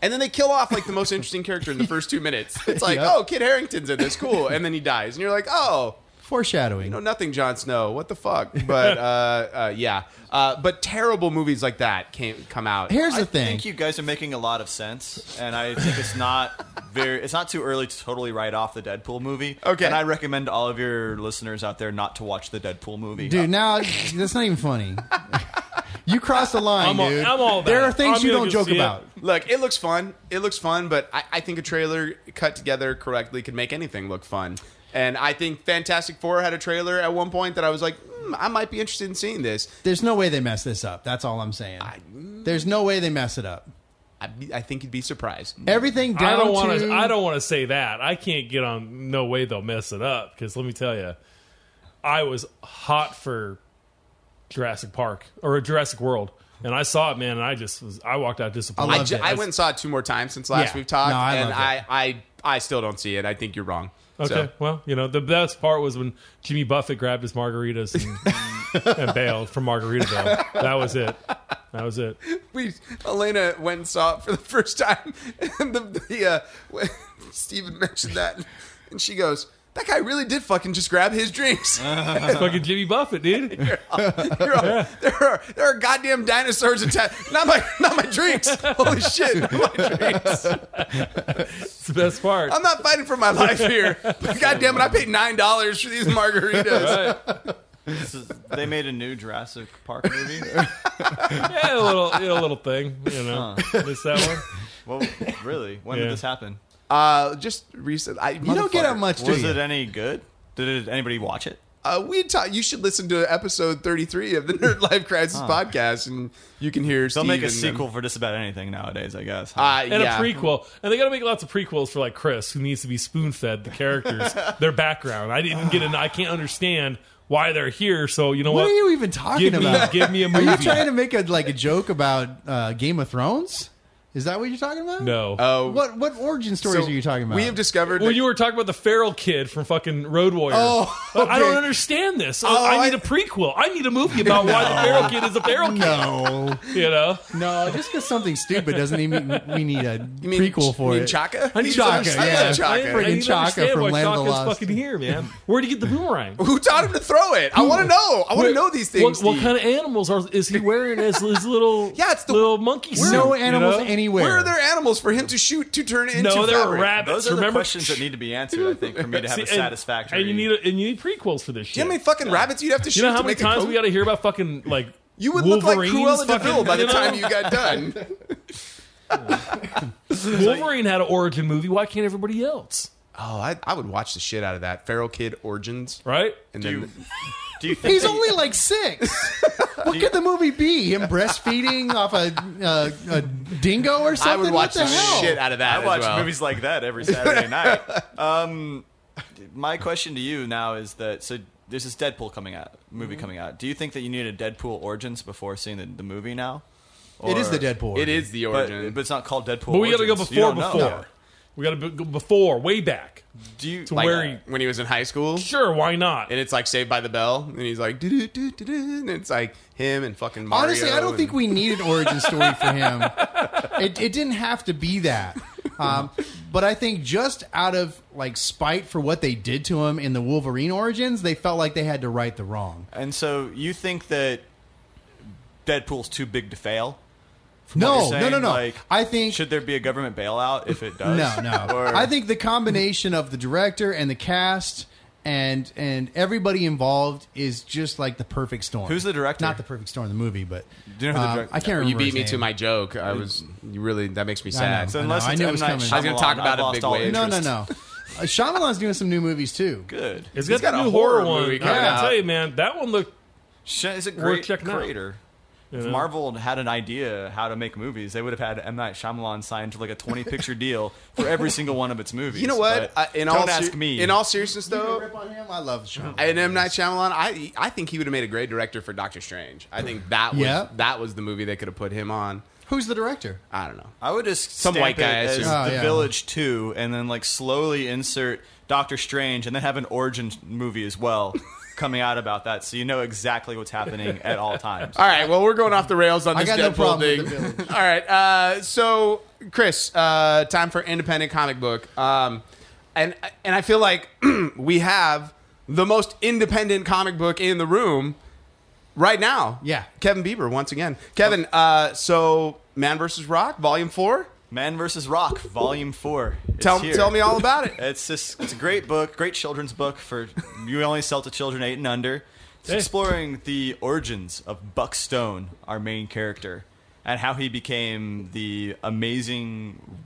And then they kill off like the most interesting character in the first two minutes. It's like, Yep. oh, Kid Harrington's in this, cool, and then he dies, and you're like, oh, Foreshadowing. no, nothing, Jon Snow. What the fuck? But uh, uh, yeah, uh, but terrible movies like that came come out. Here's I the thing. think you guys are making a lot of sense, and I think it's not very. It's not too early to totally write off the Deadpool movie. Okay. and I recommend all of your listeners out there not to watch the Deadpool movie. Uh, dude. Now that's not even funny. you crossed the line, I'm all- dude. I'm all about there are it. things I'm you gonna don't go joke see it. about. Look, it looks fun. It looks fun, but I, I think a trailer cut together correctly could make anything look fun. And I think Fantastic Four had a trailer at one point that I was like, hmm, I might be interested in seeing this. There's no way they mess this up. That's all I'm saying. There's no way they mess it up. I, I think you'd be surprised. Everything down I don't want to. I don't want to say that. I can't get on. No way they'll mess it up. Because let me tell you, I was hot for Jurassic Park or Jurassic World, and I saw it, man. And I just was. I walked out disappointed. I, loved ju- it. I went and saw it two more times since last Yeah. we've talked, No, I and loved I, it. I I still don't see it. I think you're wrong. Okay, So, well, you know the best part was when Jimmy Buffett grabbed his margaritas and, and bailed from Margaritaville. That was it. That was it. we Elena went and saw it for the first time, and the, the uh, when Steven mentioned that, and she goes, "That guy really did fucking just grab his drinks." It's fucking Jimmy Buffett, dude. There are, there are there are goddamn dinosaurs in town. Not my not my drinks. Holy shit, not my drinks. It's the best part. I'm not fighting for my life here. But goddamn it, I paid nine dollars for these margaritas. Right. This is- they made a new Jurassic Park movie. Yeah, a little, yeah, a little thing, you know. Miss that one. well, really, when Yeah. did this happen? Uh, just recent. I, You don't get out much, do Was you? it any good? Did anybody watch it? Uh, we talk, You should listen to episode 33 of the Nerd Life Crisis podcast, and you can hear. They'll Steve make a and them. sequel for just about anything nowadays, I guess. huh? Uh, and yeah. a prequel. And they got to make lots of prequels for like Chris, who needs to be spoon fed the characters, their background. I didn't get an. I can't understand why they're here. So you know what? What are you even talking give me, about? give me a Are movie. you trying to make a like a joke about uh, Game of Thrones? Is that what you're talking about? no. Oh, What what origin so stories are you talking about? We have discovered. well, that- you were talking about the feral kid from fucking Road Warrior. Oh, But I don't okay. understand this. Oh, I need I- a prequel. I need a movie about why the feral kid is a feral kid. no, You know, no. Just because something stupid doesn't even mean we need a you mean- prequel for you mean it. Chaka? I need He's- I Chaka, love yeah. I, Chaka. I need to Chaka understand from why Land of the Chaka's Lost. fucking here, man. Where'd he get the boomerang? Who taught him to throw it? I want to know. I want to know these things. What, what Steve. kind of animals are is he wearing as his little? Yeah, it's the- little monkey. Suit, No you animals know? anywhere. Where are there animals for him to shoot to turn it into? No, there were fabric? rabbits. Those are remember? the questions that need to be answered, I think, for me to have See, a and- satisfactory. And you need a, and you need prequels for this Do you shit. know how many fucking rabbits you'd have to shoot You know how to many make a times coat? we got to hear about fucking like You would Wolverines look like Cruella fucking, Deville by the you know? time you got done. Wolverine had an origin movie. Why can't everybody else? Oh, I, I would watch the shit out of that. Feral Kid Origins. Right? And Do then you, do you think He's that- only like six. what could the movie be? Him breastfeeding off a, uh, a dingo or something? I would watch what the the, hell? shit out of that. I watch as well. movies like that every Saturday night. Um, my question to you now is that so there's this Deadpool coming out movie Mm-hmm. coming out. Do you think that you need a Deadpool origins before seeing the, the movie now? It is Or- the Deadpool. It is the but, origin. but it's not called Deadpool. But we got to go Origins. You before don't know. before. We got to go before way back. Do you To like, where he, when he was in high school. sure, why not? And it's like Saved by the Bell. And he's like, doo doo doo doo doo. And it's like him and fucking Mario. Honestly, I don't and- think we need an origin story for him. It, it didn't have to be that. Um, but I think just out of like spite for what they did to him in the Wolverine origins, they felt like they had to right the wrong. And so you think that Deadpool's too big to fail? From what No, you're saying, no, no, no. Like, I think- should there be a government bailout if it does? No, no. Or- I think the combination of the director and the cast and and everybody involved is just like the perfect storm. Who's the director? Not the perfect storm, the movie, but Do you know who the um, director- I can't remember. You beat his me name. to my joke. I was you really that makes me I sad. know. So unless I it's knew it M. was Night coming. Shyamalan, I was gonna talk I've about it lost big all way. No, no, interest. no. Uh, Shyamalan's doing some new movies too. Good. It's He's got, got the a new horror horror, one. movie I coming gotta out. tell you, man, that one looked. Sh- Is it great checking out. creator? If Yeah. Marvel had an idea how to make movies, they would have had M Night Shyamalan signed to like a twenty picture deal for every single one of its movies. You know what? But I- in don't all ask ser- me. In all seriousness, You can though, rip on him. I love Shyamalan. and M Night Shyamalan, I I think he would have made a great director for Doctor Strange. I think that was Yeah. that was the movie they could have put him on. Who's the director? I don't know. I would just Some stamp white it guy, I as assume. Oh, the yeah. Village Two, and then like slowly insert Doctor Strange, and then have an origin movie as well coming out about that, so you know exactly what's happening at all times. All right, well, we're going off the rails on I this got no Deadpool problem thing. with the village. All right, uh, so Chris, uh, time for independent comic book, um, and and I feel like we have the most independent comic book in the room right now. Yeah. Kevin Bieber once again. Kevin, uh, so Man vs. Rock, Volume Four. Man versus Rock, Volume Four. It's Tell here. tell me all about it. It's just it's a great book, great children's book for you only sell to children eight and under. It's Hey. exploring the origins of Buck Stone, our main character, and how he became the amazing,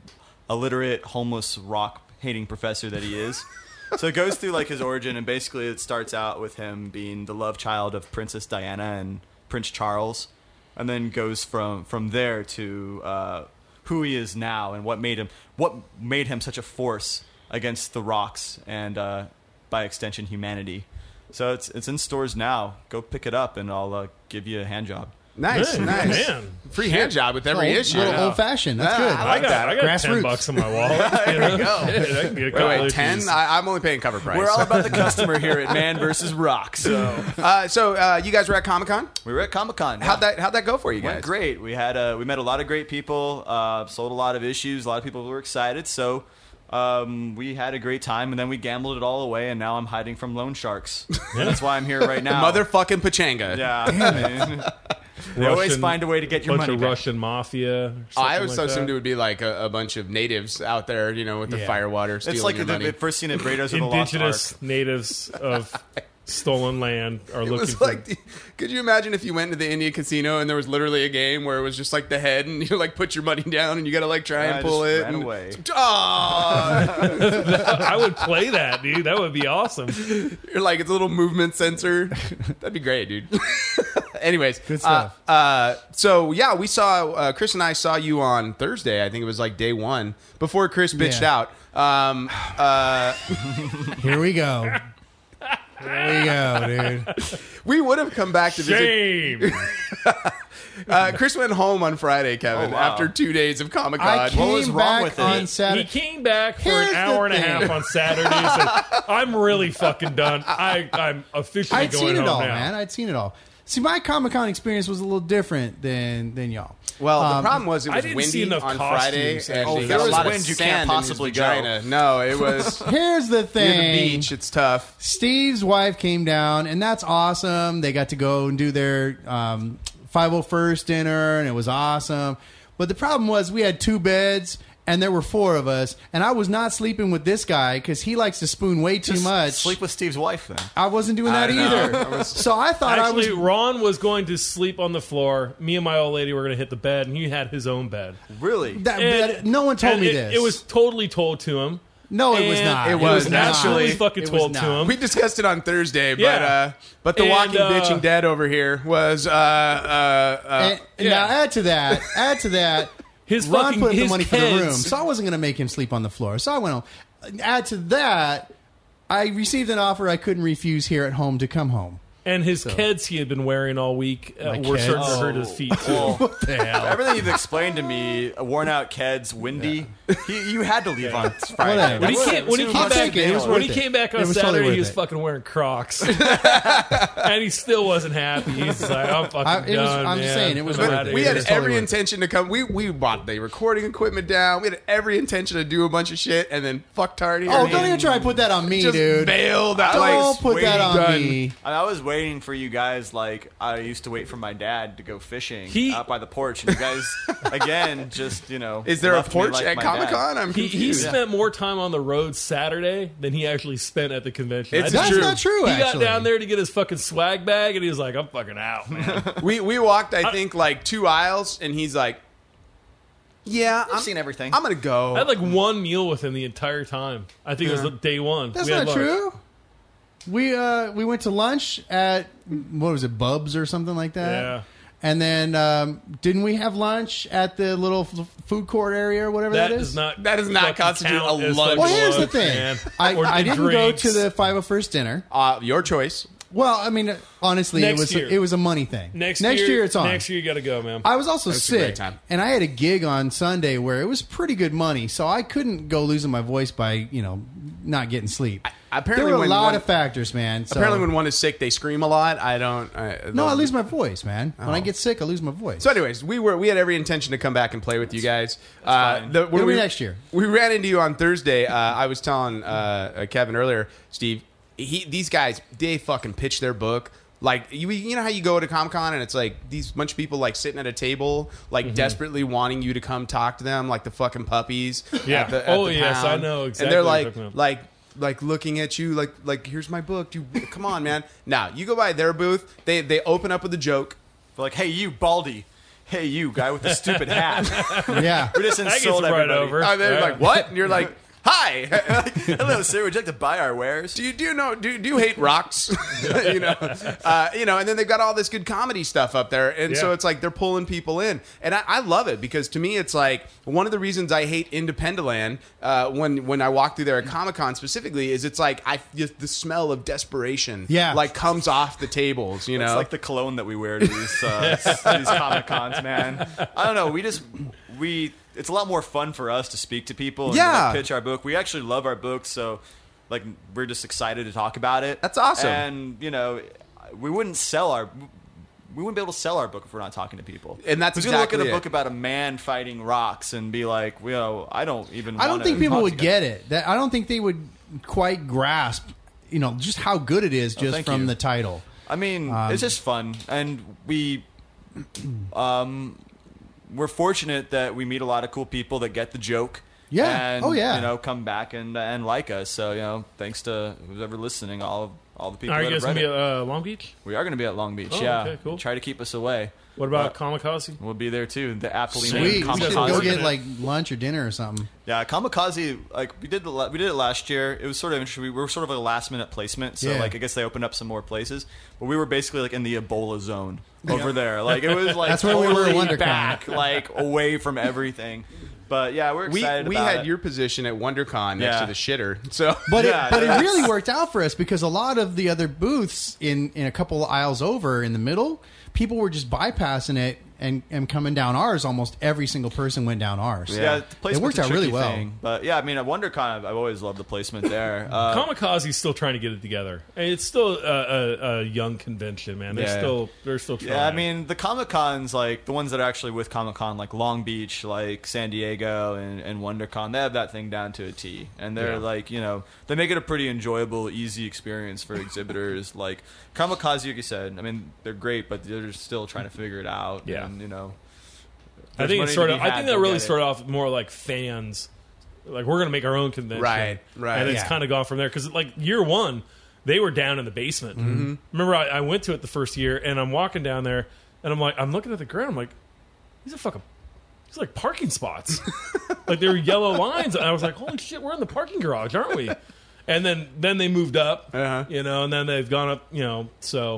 illiterate, homeless, rock hating professor that he is. so it goes through like his origin, and basically it starts out with him being the love child of Princess Diana and Prince Charles, and then goes from from there to uh, who he is now and what made him what made him such a force against the rocks and uh, by extension humanity. So it's it's in stores now. Go pick it up, and I'll uh, give you a hand job. Nice, Hey, nice. man. Free hand job with every Little- issue. Little old fashioned. That's Yeah, good. I I like got, that. I got Grassroots. ten bucks in my wallet. there you go. I can get a couple Wait, wait, issues. ten? I, I'm only paying cover price. We're all about the customer here at Man versus Rock. So uh, so uh, you guys were at Comic Con. we were at Comic Con. How'd that How'd that go for you guys? went great. We had uh, we met a lot of great people. Uh, sold a lot of issues. A lot of people were excited. So um, we had a great time, and then we gambled it all away. And now I'm hiding from loan sharks. That's why I'm here right now. Motherfucking Pachanga. Yeah. I mean, they always Russian- find a way to get your bunch money of back. Russian mafia. or Oh, I something always like assumed that. it would be like a, a bunch of natives out there, you know, with their Yeah. firewater stealing It's like your the, money. the first scene at Raiders of the Lost Ark. indigenous natives of stolen land are it looking was for. like, the- could you imagine if you went to the Indian casino and there was literally a game where it was just like the head and you like put your money down and you got to like try Yeah, and I pull just it. ran and- away. Aw. I would play that, dude. That would be awesome. You're like it's a little movement sensor. That'd be great, dude. Anyways, Good stuff. Uh, uh, so yeah, we saw uh, Chris and I saw you on Thursday. I think it was like day one before Chris bitched Yeah. out. Um, uh, Here we go. There we go, dude. we would have come back to visit Shame. Uh, Chris went home on Friday, Kevin, Oh, wow. after two days of Comic I Con. came was wrong back with it? on he Saturday. came back for Here's an the hour and a thing. half on Saturday. and said, I'm really fucking done. I, I'm officially I'd going seen it home all, now. man. I'd seen it all. See, my Comic Con experience was a little different than than y'all. Well, Um, the problem was it I was didn't see windy enough on costumes, Friday, and actually. he got If there a was lot of wind, you sand can't in his possibly go. vagina. No, it was Here's the near thing. the beach. It's tough. Steve's wife came down, and that's awesome. They got to go and do their um, 501st dinner, and it was awesome. But the problem was, we had two beds, and there were four of us, and I was not sleeping with this guy because he likes to spoon way too Just much. Uh, Sleep with Steve's wife then. I wasn't doing I that know. either. so I thought Actually, I was. Ron was going to sleep on the floor. Me and my old lady were going to hit the bed, and he had his own bed. Really? That, And- that- no one told and me it, this. It was totally told to him. No, it was And not. It It was was not. naturally fucking It was told to not. him. We discussed it on Thursday, but Yeah. uh, but the And, walking uh, bitching dead over here was uh, uh, uh, And, and Now yeah. add to that, add to that, His Ron fucking- put up the his money for the kids- room, so I wasn't going to make him sleep on the floor. So I went home. Add to that, I received an offer I couldn't refuse here at home to come home. And his kids he had been wearing all week uh, My Oh. were starting kids? to hurt his feet too. Oh. Well, The hell? everything you've explained to me, uh, worn out kids, windy, he, you had to leave on Friday. Whatever. When he That's came, when he too came I'll much back, take it. It was to when worth he it. came back It on was totally Saturday, worth he was it. fucking wearing Crocs, and he still wasn't happy. He's just like, I'm fucking I- it was- done. I'm just man. saying, it was I'm worth outta it. we here." had It's totally every worth it. intention to come. We we bought the recording equipment down. We had every intention to do a bunch of shit, and then fuck Tardy. Oh, don't Oh, even try to put that on me, Just dude. bailed out. Don't like, put that sweet, on done. me. I, mean, I was waiting for you guys like I used to wait for my dad to go fishing He- out by the porch, and you guys again just you know. Is there a left me porch like at my dad. Comic Con? I'm He, confused. he spent more time on the road Saturday than he actually spent at the convention. It's I That's just- true. not true. He actually. got down there to get his fucking swag bag, and he was like, "I'm fucking out, man." We we walked, I think, like two aisles, and he's like, "Yeah, I've I'm, seen everything. I'm gonna go." I had like one meal with him the entire time. I think it was day one. That's We had not lunch. true. We uh we went to lunch at what was it Bubs or something like that. Yeah. And then um, didn't we have lunch at the little f- food court area or whatever That that is? does not. That does not fucking constitute count a as lunch. fucking well, here's the lunch, thing. man. I, Or I the didn't go drinks. to the 501st dinner. uh, your choice. Well, I mean, honestly, Next it was year. it was a money thing. next next year, it's on. Next year you got to go, man. I was also That's a sick, great time. and I had a gig on Sunday where it was pretty good money, so I couldn't go losing my voice by you know not getting sleep. apparently there were a when lot one- of factors, man. So. Apparently, when one is sick, they scream a lot. I don't. I, no, I lose my voice, man. When I get sick, I lose my voice. So, anyways, we were we had every intention to come back and play with you guys. Uh, fine. the, when It'll be we- next year. We ran into you on Thursday. Uh, I was telling uh, uh, Kevin earlier, Steve. He, these guys, they fucking pitch their book. Like you, you know how you go to Comic Con and it's like these bunch of people like sitting at a table, like Mm-hmm. desperately wanting you to come talk to them, like the fucking puppies. Yeah. at the- at Oh, the yes, I pound. know And exactly they're what you're like, talking about. like like looking at you like like here's my book dude come on man now you go by their booth they they open up with a joke They're like, hey, you baldy, hey, you guy with the stupid hat. yeah, We just gets insulted right everybody. over. and they're Yeah. like what and you're like hi Hello, sir. Would you like to buy our wares? do you do you know do, do you hate rocks you know uh, you know and then they've got all this good comedy stuff up there and so Yeah. it's like they're pulling people in and I, I love it because to me it's like one of the reasons I hate Independaland uh, when when I walk through there at Comic Con specifically is it's like I just the smell of desperation Yeah. like comes off the tables you know It's like the cologne that we wear to these, uh, these comic cons, man. I don't know. We just we it's a lot more fun for us to speak to people. And Yeah. like, pitch our book. We actually love our book, so like we're just excited to talk about it. That's awesome. And you know, we wouldn't sell our. We wouldn't be able to sell our book if we're not talking to people. And that's Who's gonna exactly look at a it. book about a man fighting rocks and be like, "Well, I don't even." I don't wanna think people talk would to you guys." get it. That I don't think they would quite grasp, you know, just how good it is just thank from you. the title. I mean, Um, it's just fun, and we, um, we're fortunate that we meet a lot of cool people that get the joke. Yeah. And, Oh, yeah. You know, come back and and like us. So you know, thanks to who's ever listening, all of all the people. Are you that have guys gonna read be it. at uh, Long Beach? we are going to be at Long Beach. Oh, yeah. okay, cool. Try to keep us away. What about Uh, Kamikaze? We'll be there too. The aptly Sweet. named We, we should Kamikaze. go Kamikaze. get like lunch or dinner or something. Yeah, Kamikaze. Like we did, the, la- we did it last year. It was sort of interesting. We were sort of a last minute placement, so Yeah. like I guess they opened up some more places. But we were basically like in the Ebola zone over there. Like it was like That's where we were at totally WonderCon. back, like away from everything. But yeah, we're we, excited. we about had it. your position at WonderCon next Yeah. to the shitter so But Yeah, it, but that's- it really worked out for us because a lot of the other booths in in a couple aisles over in the middle, people were just bypassing it and and coming down ours. Almost every single person went down ours. yeah, the placement's it worked a out really tricky well. thing. But yeah, I mean at WonderCon, I've, I've always loved the placement there. Uh, Kamikaze's still trying to get it together. It's still a, a, a young convention, man. They're Yeah. still they're still trying. Yeah, I mean the Comic Cons, like the ones that are actually with Comic Con, like Long Beach, like San Diego, and, and WonderCon, they have that thing down to a T, and they're Yeah. like, you know, they make it a pretty enjoyable, easy experience for exhibitors. like Kamikaze, like you said, I mean they're great, but they're still trying to figure it out. Yeah. and, you know, I there's think it money started. to be I had, think that they'll really get it. started off more like fans, like we're gonna make our own convention, Right, right. And it's Yeah. kind of gone from there because like year one, they were down in the basement. Mm-hmm. Remember, I, I went to it the first year, and I'm walking down there, and I'm like, I'm looking at the ground, I'm like, these are fucking, these are like parking spots, like they were yellow lines, and I was like, holy shit, we're in the parking garage, aren't we? And then then they moved up, Uh-huh. you know, and then they've gone up, you know, so.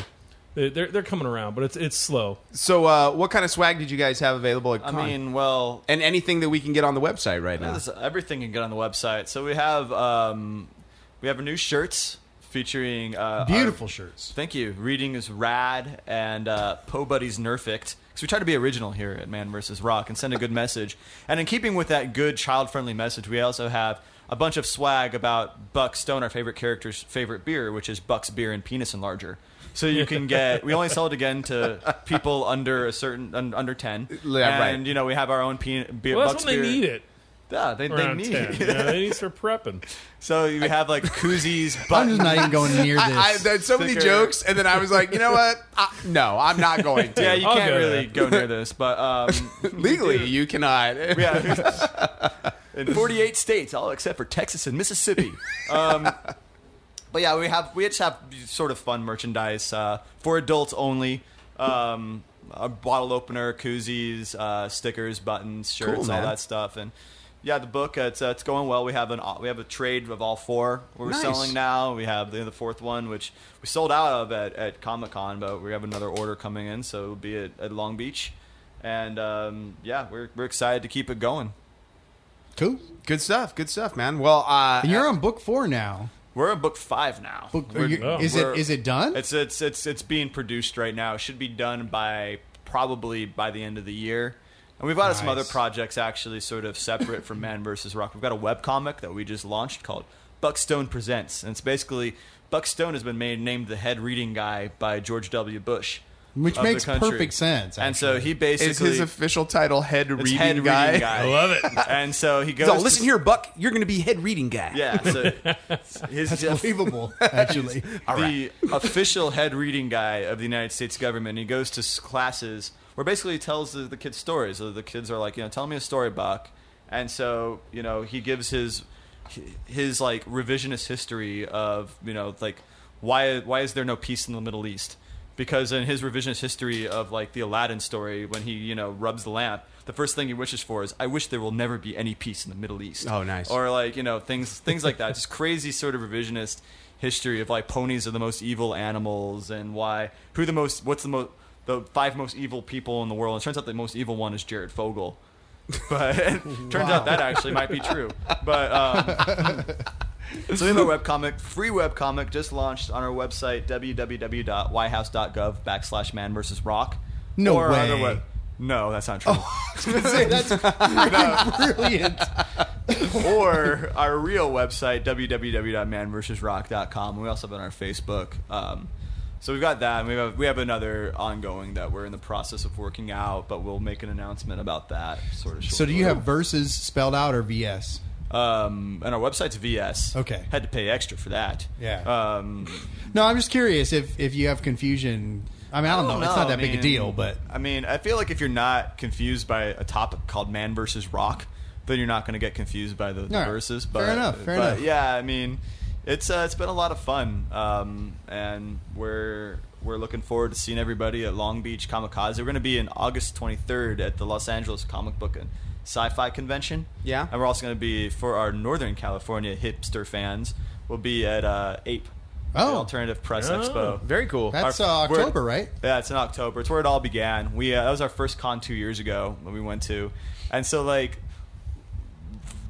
they- They're, they're coming around, but it's it's slow. So, uh, what kind of swag did you guys have available at I Con? mean, well, and anything that we can get on the website right now. This- everything you can get on the website. So we have um, we have our new shirts featuring uh, our- Beautiful shirts. Thank you. Reading is rad, and uh, Poe Buddy's nerfict. Because we try to be original here at Man vs. Rock and send a good message. And in keeping with that good child-friendly message, we also have a bunch of swag about Buck Stone, our favorite character's favorite beer, which is Buck's beer and penis enlarger. So you can get. We only sell it again to people under a certain un, under ten. Yeah, right. and you know we have our own pe- beer. Well, that's Buck's when they beer. need it. Yeah, they, they around need. 10. You know, they need to start prepping. So you have like koozies, I'm buttons. just not even going near this. I, I, there's so many Thicker. jokes, and then I was like, you know what? I, no, I'm not going to. yeah, you I'll can't go really go near this, but um, Legally, you cannot. yeah, in 48 states, all except for Texas and Mississippi. Um, but yeah, we have we just have sort of fun merchandise uh, for adults only. Um, a bottle opener, koozies, uh, stickers, buttons, shirts, all man. that stuff, and yeah, the book uh, it's uh, it's going well. We have an we have a trade of all four we're Nice. selling now. We have the, the fourth one, which we sold out of at, at Comic Con, but we have another order coming in, so it'll be at, at Long Beach, and um, yeah, we're we're excited to keep it going. cool. Good stuff. Good stuff, man. Well, uh, And you're on book four now. We're in book five now. Book, We're- are you- oh, is we're- it is it done? It's it's it's it's being produced right now. It should be done by probably by the end of the year. And we've got some Nice. other projects actually sort of separate from Man vs. Rock. We've got a webcomic that we just launched called Buckstone Presents. And it's basically Buckstone has been made named the head reading guy by George W. Bush. Which of the makes country. perfect sense, And so actually. he basically is his official title head it's reading head guy? reading I guy. love it. And so he goes So, to- listen here, Buck. You're going to be head reading guy. Yeah, so his Unbelievable, actually. the official head reading guy of the United States government. He goes to s- classes where basically he tells the, the kids stories. So the kids are like, you know, tell me a story, Buck. And so, you know, he gives his his like revisionist history of you know like why why is there no peace in the Middle East? Because in his revisionist history of like the Aladdin story, when he you know rubs the lamp, the first thing he wishes for is I wish there will never be any peace in the Middle East. Oh, nice. Or or like you know things things like that just crazy sort of revisionist history of like ponies are the most evil animals and why who the most what's the most the five most evil people in the world and it turns out the most evil one is jared Fogle. but it turns out that actually might be true but um so we have a webcomic free webcomic just launched on our website www.yhouse.gov backslash man versus rock No or on the way. Oh. web- no that's not true That's freaking brilliant. or our real website www.manversusrock.com. We also have it on our Facebook. Um, so we've got that, and we have we have another ongoing that we're in the process of working out, but we'll make an announcement about that sort of. So do you have verses spelled out or VS? Um, and our website's VS. Okay. Had to pay extra for that. Yeah. Um, No, I'm just curious if if you have confusion. I mean, I don't, know. It's not that big a man. deal, but I mean, I feel like if you're not confused by a topic called man versus rock, then you're not going to get confused by the, the Alright. verses. But Fair enough, fair but enough. yeah, I mean, it's uh, it's been a lot of fun, um, and we're we're looking forward to seeing everybody at Long Beach Kamikaze. We're going to be in August 23rd at the Los Angeles Comic Book and Sci-Fi Convention. Yeah. and we're also going to be for our Northern California hipster fans. We'll be at uh, Ape. the Oh. Alternative Press Oh. Expo. Very cool. that's uh, Our- we're- October, right? Yeah, it's in October. It's where it all began. We uh, that was our first con two years ago when we went to, and so like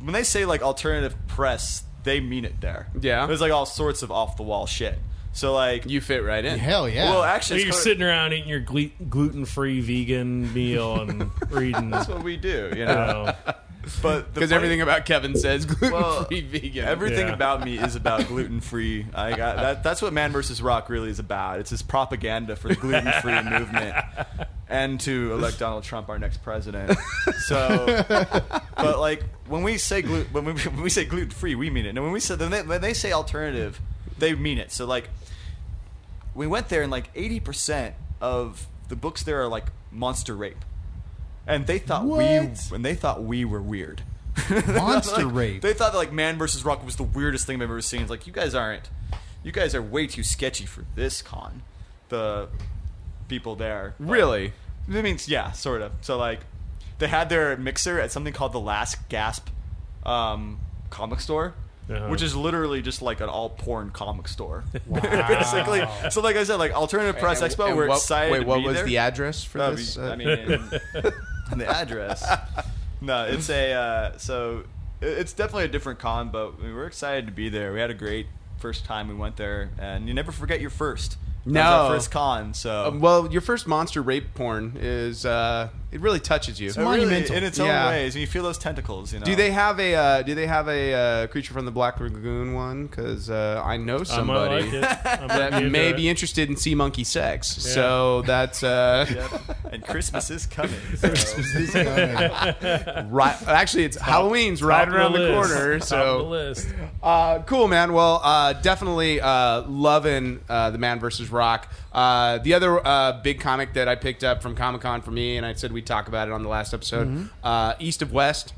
when they say like alternative press, they mean it there. Yeah. there's like all sorts of off the wall shit. So like, you fit right in. Hell yeah! well, So actually, it's you're kinda- sitting around eating your gle- gluten-free vegan meal and reading. That's what we do, you you know. know, but the Because funny- everything about Kevin says gluten Well, free vegan. Everything Yeah. about me is about gluten free. I got that. That's what Man vs. Rock really is about. It's this propaganda for the gluten free movement and to elect Donald Trump our next president. So, but like when we say glu- when we, when we say gluten free, we mean it. And when we say when they, when they say alternative, they mean it. So like we went there and like eighty percent of the books there are like monster rape, and they thought we What? and they thought we were weird. Monster Like, rape. They thought that like Man versus Rock was the weirdest thing I've ever seen. It's like you guys aren't. You guys are way too sketchy for this con. The people there. But- Really? I mean, yeah, sort of. So like, they had their mixer at something called the Last Gasp um, comic store. Uh-huh. Which is literally just like an all porn comic store, basically. So, like I said, like alternative press And- expo, and we're what- excited. Wait, to what be was there. the address for Uh, this? we- uh, I mean, and the address. No, it's a uh, so it- it's definitely a different con, but we were excited to be there. We had a great first time we went there, and you never forget your first. That was No. our first con. So Um, well, your first monster rape porn is uh, It really touches you. It really- Monumental. in its Yeah. own ways. You feel those tentacles. You know. Do they have a uh, Do they have a uh, creature from the Black Lagoon one? Because uh, I know I might somebody like it. I might be that into may it. be interested in sea monkey sex. So that's uh, Yep. And Christmas is coming. right. Actually, it's Halloween's right Top of around the, list. corner. Top So of the list. Uh, cool, man. Well, uh, definitely uh, loving uh, the Man versus Rock. Uh, the other uh, big comic that I picked up from Comic Con for me, and I said we'd talk about it on the last episode, Mm-hmm. uh, East of West.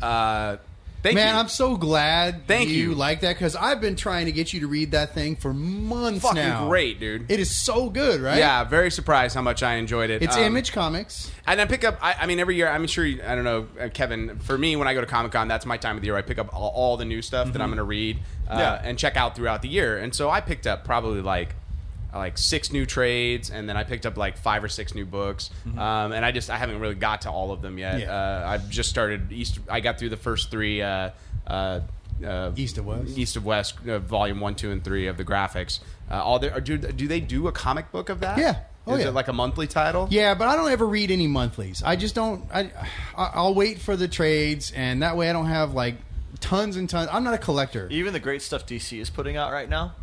Uh, thank Man, you. I'm so glad Thank you, you. like that because I've been trying to get you to read that thing for months fucking now. great, dude. It is so good, right? yeah, very surprised how much I enjoyed it. It's Um, Image Comics. And I pick up, I, I mean, every year, I'm sure, you- I don't know, uh, Kevin, for me, when I go to Comic Con, that's my time of the year. I pick up all, all the new stuff Mm-hmm. that I'm going to read uh, Yeah. and check out throughout the year. And so I picked up probably like like six new trades and then i picked up like five or six new books um, and i just i haven't really got to all of them yet Mm-hmm. Yeah. uh, i've just started east i got through the first three uh, uh, uh, East of West. east of west uh, volume one two and three of the graphics uh, all there do, do they do a comic book of that Yeah. Oh, is yeah. it like a monthly title Yeah, but I don't ever read any monthlies. I just don't. I, I- I'll wait for the trades, and that way I don't have like tons and tons. I'm not a collector. Even the great stuff DC is putting out right now.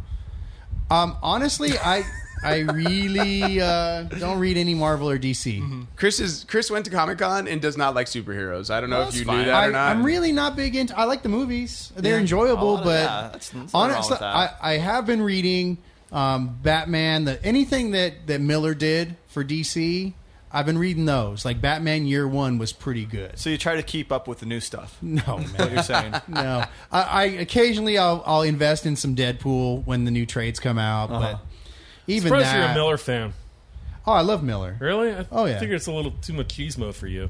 Um, honestly, I I really uh, don't read any Marvel or DC. Mm-hmm. Chris is Chris went to Comic Con and does not like superheroes. I don't know if that's you knew fine. that I, or not. I'm really not big into. I like the movies; they're A enjoyable, lot of- but Oh, yeah, that's- nothing wrong with honestly, that. I, I have been reading um, Batman. The anything that that Miller did for DC, I've been reading those. Like Batman Year One was pretty good. So you try to keep up with the new stuff. No What man. you're saying. no, I, I occasionally I'll, I'll invest in some Deadpool when the new trades come out, Uh-huh. but even Surprised that. you're a Miller fan. Oh, I love Miller. Really? I Oh, yeah. figure it's a little too machismo for you.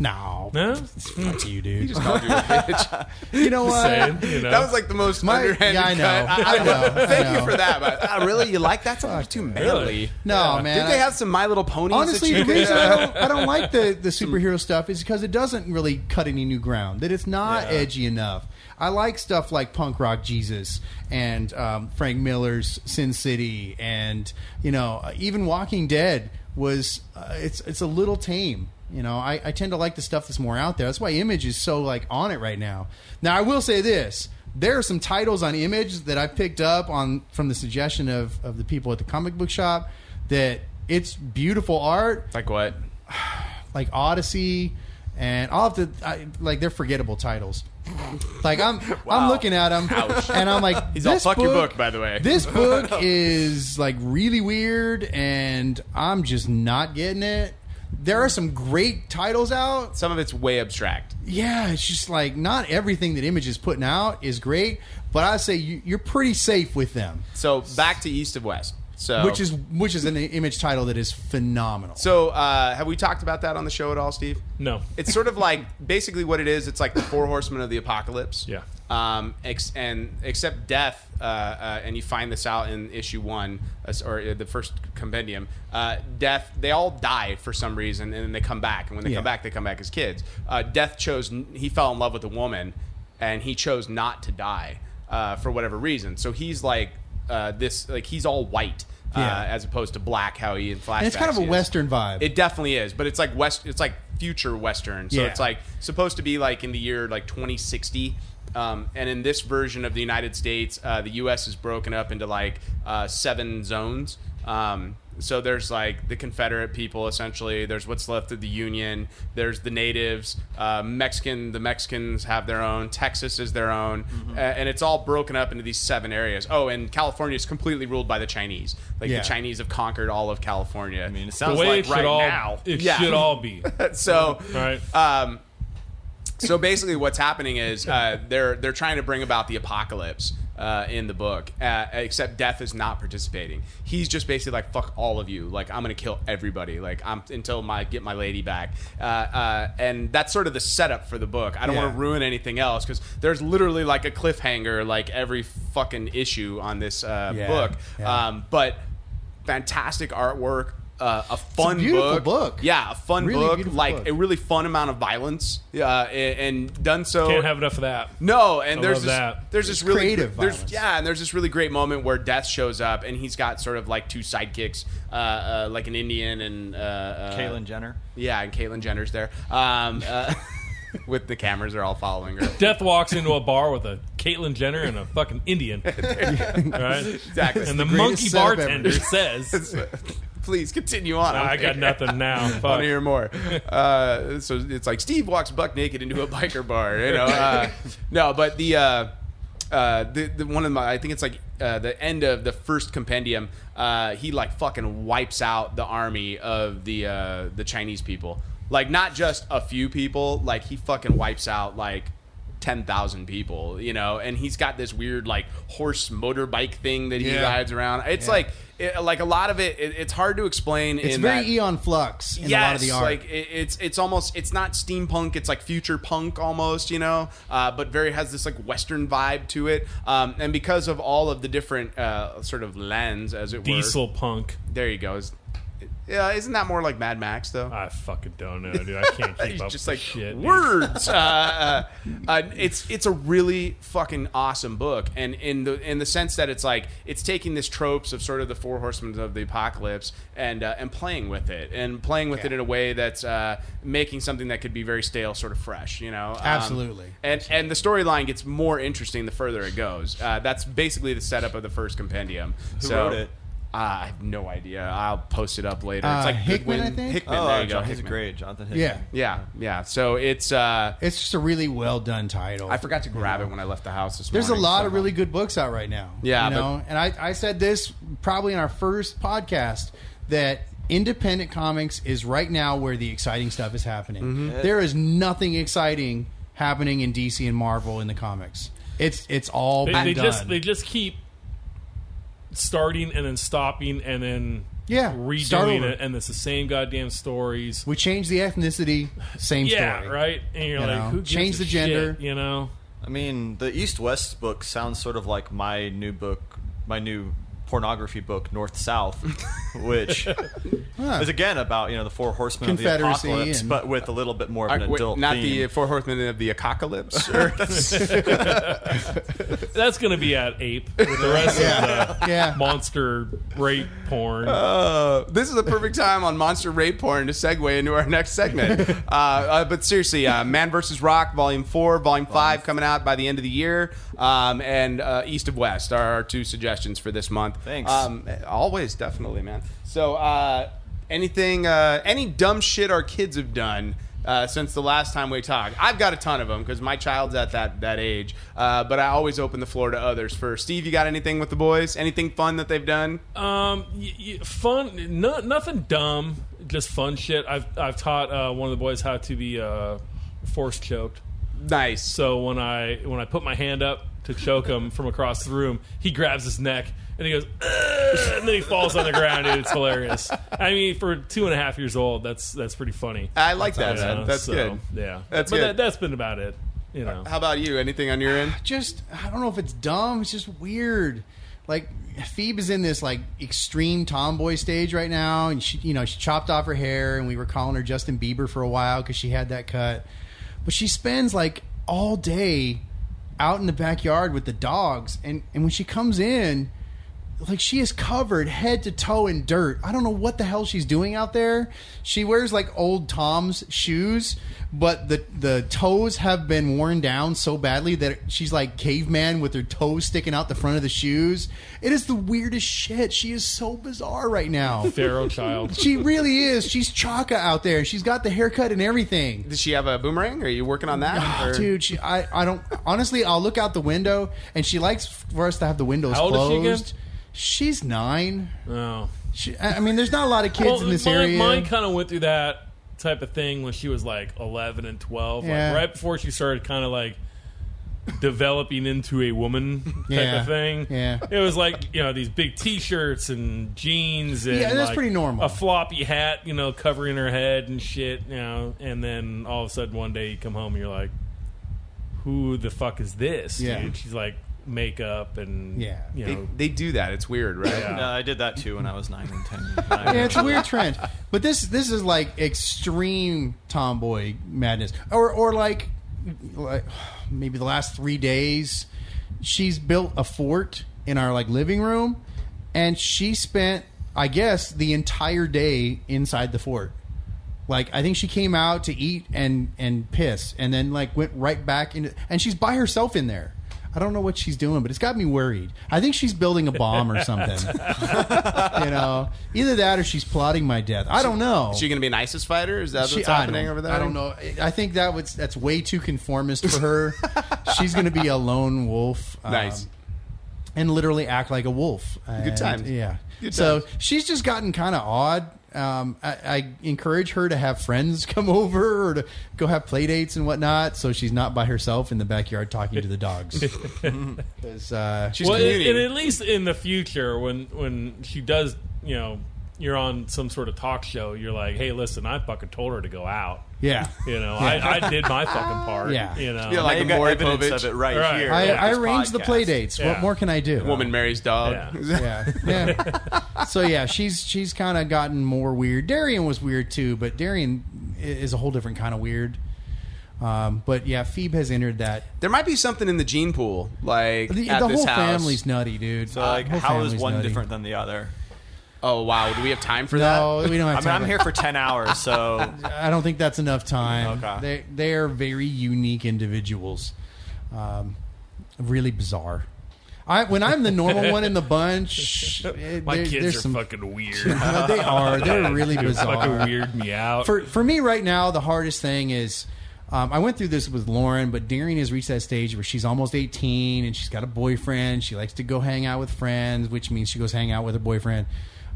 No, No? not to you, dude. Just called you a bitch. You know what? Saying, you know. That was like the most My- underhanded yeah, I know. cut. I know. I thank you know. for that. But uh, really, you like that? Sounds too manly. Really? No, Yeah. man. Did I- they have some My Little Ponies? Honestly, that you the could, reason uh, I don't, I don't like the, the superhero stuff is because it doesn't really cut any new ground. That it's not Yeah. edgy enough. I like stuff like punk rock Jesus and um, Frank Miller's Sin City, and you know, even Walking Dead was uh, it's it's a little tame. You know, I, I tend to like the stuff that's more out there. That's why Image is so like on it right now. Now, I will say this: there are some titles on Image that I picked up on from the suggestion of of the people at the comic book shop that it's beautiful art like what? like Odyssey, and all of the I, like they're forgettable titles. Like I'm, I'm looking at them, and I'm like, He's all, this "Fuck book, your book, by the way." This book is like really weird, and I'm just not getting it. There are some great titles out, Some of it's way abstract. yeah, it's just like not everything that Image is putting out is great, but I say you, you're pretty safe with them, So back to East of West. So which is which is an Image title that is phenomenal. so. Uh, have we talked about that on the show at all, Steve? No. It's sort of like basically what it is. It's like the Four Horsemen of the Apocalypse. Yeah. Um. Ex- and except death, uh, uh, and you find this out in issue one uh, or uh, the first compendium. Uh, death. They all die for some reason, and then they come back. And when they Yeah. come back, they come back as kids. Uh, death chose. He fell in love with a woman, and he chose not to die uh, for whatever reason. So he's like uh, this. Like he's all white. Yeah. Uh, as opposed to black, how he in flashbacks. and it's kind of a is. Western vibe. It definitely is, but it's like west. It's like future western. So Yeah. it's like supposed to be like in the year like 2060. Um, and in this version of the United States, uh, the U.S. is broken up into like uh, seven zones. Um, so there's like the Confederate people, essentially. There's what's left of the Union. There's the natives. Uh, Mexican, the Mexicans have their own. Texas is their own, Mm-hmm. A- and it's all broken up into these seven areas. Oh, and California is completely ruled by the Chinese. Like Yeah. the Chinese have conquered all of California. I mean, it The sounds way like it should right all now. it Yeah. should all be. so Right. um, so basically what's happening is uh, they're they're trying to bring about the apocalypse uh, in the book uh, except death is not participating he's just basically like fuck all of you like i'm gonna kill everybody like i'm until my get my lady back uh, uh, and that's sort of the setup for the book i don't Yeah. want to ruin anything else because there's literally like a cliffhanger like every fucking issue on this uh, Yeah. book Yeah. Um, but fantastic artwork uh, a fun beautiful book. book. Yeah, a fun Really book. beautiful Like book. a really fun amount of violence. Uh, and, and done so. Can't have enough of that. No, and I there's love this, that. there's this really creative there's- violence. yeah, and there's this really great moment where Death shows up and he's got sort of like two sidekicks, uh, uh, like an Indian and uh, uh, Caitlyn Jenner. Yeah, and Caitlyn Jenner's there. Um, uh, with the cameras are all following her. Death walks into a bar with a Caitlyn Jenner and a fucking Indian. right? Exactly. And the, greatest monkey setup ever. bartender says, Please continue on. I don't care. got nothing now. I want to Fuck. hear more. Uh, so it's like Steve walks buck naked into a biker bar, you know. Uh, no, but the, uh, uh, the the one of my I think it's like uh, the end of the first compendium. Uh, he like fucking wipes out the army of the uh, the Chinese people. Like not just a few people. Like he fucking wipes out like 10,000 people, you know, and he's got this weird like horse motorbike thing that he Yeah. rides around. It's like it, like a lot of it, it it's hard to explain It's in very that, Eon Flux in a lot of the art. like it, it's it's almost it's not steampunk, it's like future punk almost, you know, uh, but very has this like western vibe to it. Um, and because of all of the different uh, sort of lands as it were. Diesel punk. There you go. It's- yeah, isn't that more like Mad Max though? I fucking don't know, dude. I can't keep He's up just with like this shit. dude. words. uh, uh, uh, it's it's a really fucking awesome book, and in the in the sense that it's like it's taking this tropes of sort of the four horsemen of the apocalypse and uh, and playing with it and playing with it in a way that's uh, making something that could be very stale sort of fresh, you know. Um, Absolutely. and and the storyline gets more interesting the further it goes. Uh, that's basically the setup of the first compendium. Who so, wrote it? uh, I have no idea. I'll post it up later. Uh, it's like Hickman, I Goodwin- think? Hickman, Oh, there you go. John, he's Hickman. great, Jonathan. Hickman. yeah, Yeah, yeah. So it's uh it's just a really well done title. I forgot to grab it when I left the house this There's a morning. lot so- of really good books out right now. Yeah, you know, and I, I said this probably in our first podcast that independent comics is right now where the exciting stuff is happening. Mm-hmm. There is nothing exciting happening in DC and Marvel in the comics. It's it's all They, been they done. just they just keep starting and then stopping and then Yeah, start redoing over. it, and it's the same goddamn stories. we change the ethnicity, same yeah, story. right. And you're You like, know, who gives change a the gender. shit, you know, I mean, the East West book sounds sort of like my new book, my new pornography book, North South, which is again about you know the four horsemen of the Confederacy apocalypse, and- but with a little bit more of Uh, an wait, adult not the theme. Four Horsemen of the Apocalypse. or- that's gonna be at ape with the rest of the Yeah. monster rape porn. Uh, this is the perfect time on Monster Rape Porn to segue into our next segment. Uh, uh, but seriously, uh, Man vs. Rock, Volume 4, Volume 5 coming out by the end of the year. Um, and uh, East of West are our two suggestions for this month. Thanks. Um, always, definitely, man. So uh, anything, uh, any dumb shit our kids have done. Uh, since the last time we talked, I've got a ton of them because my child's at that that age. Uh, but I always open the floor to others first. Steve, you got anything with the boys? Anything fun that they've done? Um, y- y- fun, no, nothing dumb, just fun shit. I've I've taught uh, one of the boys how to be uh, force choked. Nice. So when I when I put my hand up to choke him from across the room, he grabs his neck and he goes, "Ugh," and then he falls on the ground. Dude, it's hilarious. I mean, for two and a half years old, that's that's pretty funny. I like that. You know, Ah, man. That's so, good. Yeah, That's but good. That, that's been about it. You know, How about you? Anything on your end? just I don't know if it's dumb. It's just weird. Like Phoebe is in this like extreme tomboy stage right now, and she you know she chopped off her hair, and we were calling her Justin Bieber for a while because she had that cut. But she spends like all day out in the backyard with the dogs, and and when she comes in, like she is covered head to toe in dirt. I don't know what the hell she's doing out there. She wears like old Tom's shoes, but the the toes have been worn down so badly that she's like caveman with her toes sticking out the front of the shoes. It is the weirdest shit. She is so bizarre right now. Pharaoh child. she really is. She's Chaka out there. She's got the haircut and everything. Does she have a boomerang? Are you working on that? Oh, Or- dude, she, I, I don't. Honestly, I'll look out the window, and she likes for us to have the windows How old is she again? closed. She's nine. Oh. She, I I mean, there's not a lot of kids Well, in this mine, area. Mine kind of went through that type of thing when she was like 11 and 12, Yeah. like right before she started kind of like developing into a woman type Yeah. of thing. Yeah. It was like, you know, these big t-shirts and jeans and Yeah, that's like, pretty normal. A floppy hat, you know, covering her head and shit, you know, and then all of a sudden one day you come home and you're like who the fuck is this? Yeah. dude? She's like makeup and Yeah. you They, know, they do that. It's weird, right? Yeah. No, Uh, I did that too when I was nine and ten. Yeah, it's a weird trend. But this this is like extreme tomboy madness, or or like, like maybe the last three days, she's built a fort in our like living room, and she spent I guess the entire day inside the fort. Like I think she came out to eat and and piss, and then like went right back into, and she's by herself in there. I don't know what she's doing, but it's got me worried. I think she's building a bomb or something. you know, either that or she's plotting my death. I don't know. Is she going to be an ISIS fighter? Is that She- what's I happening don't- over there? I don't know. I- I think that was that's way too conformist for her. She's going to be a lone wolf. um, Nice. and literally act like a wolf. And, times. Yeah. Good so she's just gotten kind of odd. Um, I, I encourage her to have friends come over or to go have play dates and whatnot, so she's not by herself in the backyard talking to the dogs. 'Cause, uh, She's well, and, commuting. and at least in the future, when when she does, you know, you're on some sort of talk show, you're like, hey, listen, I fucking told her to go out. yeah. You know, I, I did my fucking part. Yeah. You know, Yeah, like I a got Maury evidence Povich. of it right, Right. here. I, with I this arranged the podcast. play dates. What Yeah. more can I do? Woman marries dog. Yeah. yeah, yeah. so yeah, she's she's kind of gotten more weird. Darian was weird too, but Darian i- is a whole different kind of weird. Um, but yeah, Phoebe has entered that. There might be something in the gene pool, like The, at the this whole house. family's nutty, dude. So like, Whole how is family's one nutty. different than the other? Oh wow, do we have time for No, that? we don't I have mean, time. I'm here for ten hours, so I don't think that's enough time. Okay. They they are very unique individuals, um, really bizarre. I when I'm the normal one in the bunch, eh, my there- kids there's are some. fucking weird. No, they are. They're really bizarre. fucking weird me out. for for me right now, the hardest thing is um, I went through this with Lauren, but Darian has reached that stage where she's almost eighteen and she's got a boyfriend. She likes to go hang out with friends, which means she goes hang out with her boyfriend,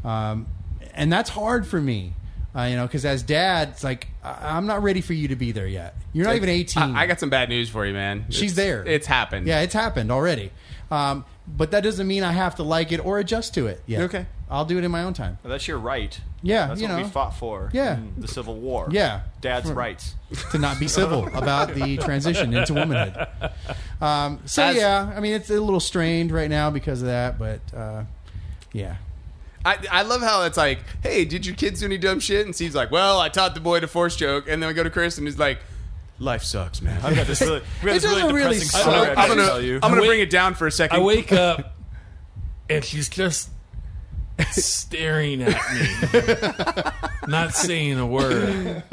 um, and that's hard for me. Uh, you know, because as dad, it's like I- I'm not ready for you to be there yet. You're not even eighteen. I, I got some bad news for you, man. She's It's- there. It's happened. Yeah, it's happened already. Um, but that doesn't mean I have to like it or adjust to it. Yet. Okay. I'll do it in my own time. that's your right. Yeah, that's you what know. we fought for. Yeah. in the Civil War. Yeah. dad's For- rights. to not be civil about the transition into womanhood. Um, so As- yeah, I mean it's a little strained right now because of that, but uh, yeah, I, I love how it's like, hey, did your kids do any dumb shit? And Steve's like, well, I taught the boy to force joke, and then we go to Chris and he's like, life sucks, man. I've got this really, we got It this really depressing doesn't really suck. story. I'm I gotta gonna, tell you. I'm gonna I wake- bring it down for a second. I wake up and she's just staring at me, not saying a word.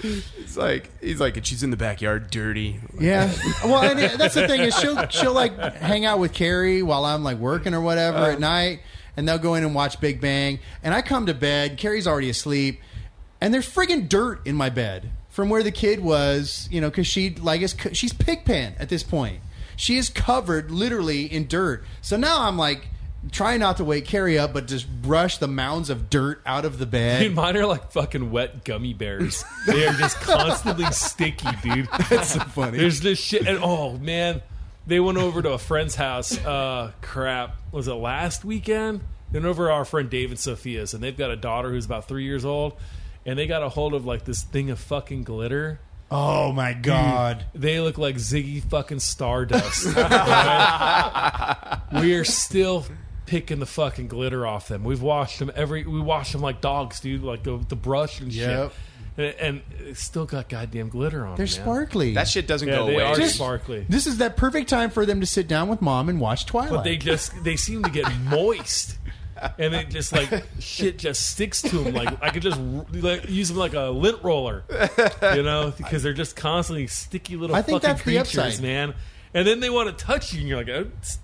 It's like he's like, and she's in the backyard, dirty. yeah. Well, and it- that's the thing is she'll she'll like hang out with Carrie while I'm like working or whatever at night, and they'll go in and watch Big Bang, and I come to bed, Carrie's already asleep, and there's friggin' dirt in my bed from where the kid was, you know, because she like is co- she's pigpen at this point. She is covered literally in dirt. So now I'm like trying not to wake Carrie up, but just brush the mounds of dirt out of the bed. Dude, mine are like fucking wet gummy bears. They are just constantly sticky, dude. That's so funny. There's this shit, and oh man, they went over to a friend's house. Uh, crap, was it last weekend? They went over to our friend Dave and Sophia's, and they've got a daughter who's about three years old, and they got a hold of like this thing of fucking glitter. Oh my god. They look like Ziggy fucking Stardust. Alright? We are still picking the fucking glitter off them. We've washed them every. We wash them like dogs, dude. Like the, the brush and Yep. shit. And, and it's still got goddamn glitter on. They're them, man. sparkly. That shit doesn't Yeah, go they away. are dude. sparkly. This is that perfect time for them to sit down with mom and watch Twilight. But they just they seem to get moist. And it just like shit just sticks to them. Like I could just like use them like a lint roller, you know, because they're just constantly sticky little I think fucking that's the creatures, upside. man. And then they want to touch you, and you're like, oh, tss,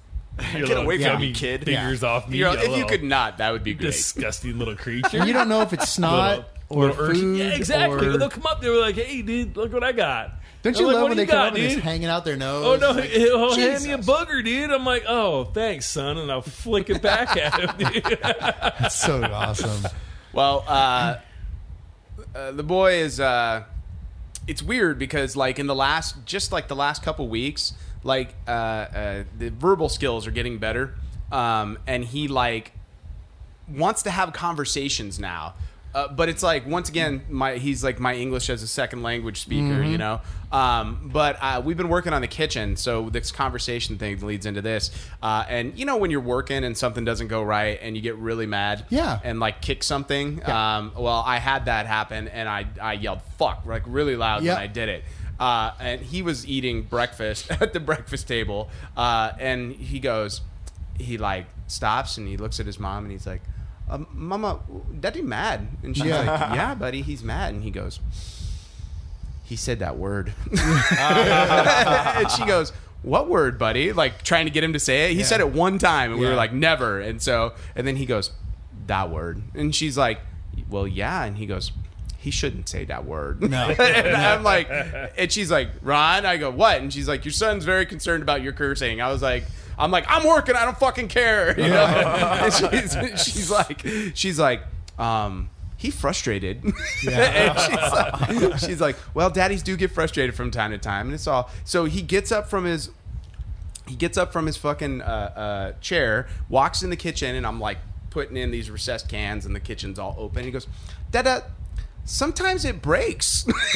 your Get away little from gummy me, kid. Fingers off me. You know, you if you little could not, that would be great. disgusting little creature. And you don't know if it's snot or Little urchin. food. Yeah, exactly. or- But they'll come up. They were like, "Hey, dude, look what I got." Don't I'm you like, love "What do when they you come got, out and dude?" it's hanging out their nose? Oh no! It's like, he'll hand me a Jesus. bugger, dude. I'm like, oh, thanks, son, and I'll flick it back at him. Dude. That's so awesome. Well, uh, uh, the boy is. Uh, it's weird because, like, in the last, just like the last couple weeks, like uh, uh, the verbal skills are getting better, um, and he like wants to have conversations now. Uh, but it's like once again, my he's like my English as a second language speaker, you know. Um, but uh, we've been working on the kitchen, so this conversation thing leads into this. Uh, and you know when you're working and something doesn't go right and you get really mad, Yeah. and like kick something. Um, well, I had that happen, and I I yelled "fuck" like really loud Yep. when I did it. Uh, and he was eating breakfast at the breakfast table, uh, and he goes, he like stops and he looks at his mom and he's like, um, "Mama, Daddy mad?" And she's Yeah. like, "Yeah, buddy, he's mad." And he goes, "He said that word," and she goes. What word, buddy? Like trying to get him to say it. He said it one time, and we were Yeah. like, never. And so, and then he goes, that word. And she's like, well, yeah. And he goes, he shouldn't say that word. No. and I'm like, and she's like, Ron, I go, what? And she's like, your son's very concerned about your cursing. I was like, I'm like, I'm working. I don't fucking care. You know? and she's, she's like, she's like, um, he frustrated. and she's like, she's like, well, daddies do get frustrated from time to time. And it's all, so he gets up from his, he gets up from his fucking uh, uh, chair, walks in the kitchen, and I'm like putting in these recessed cans, and the kitchen's all open. he goes, "Dada, sometimes it breaks,"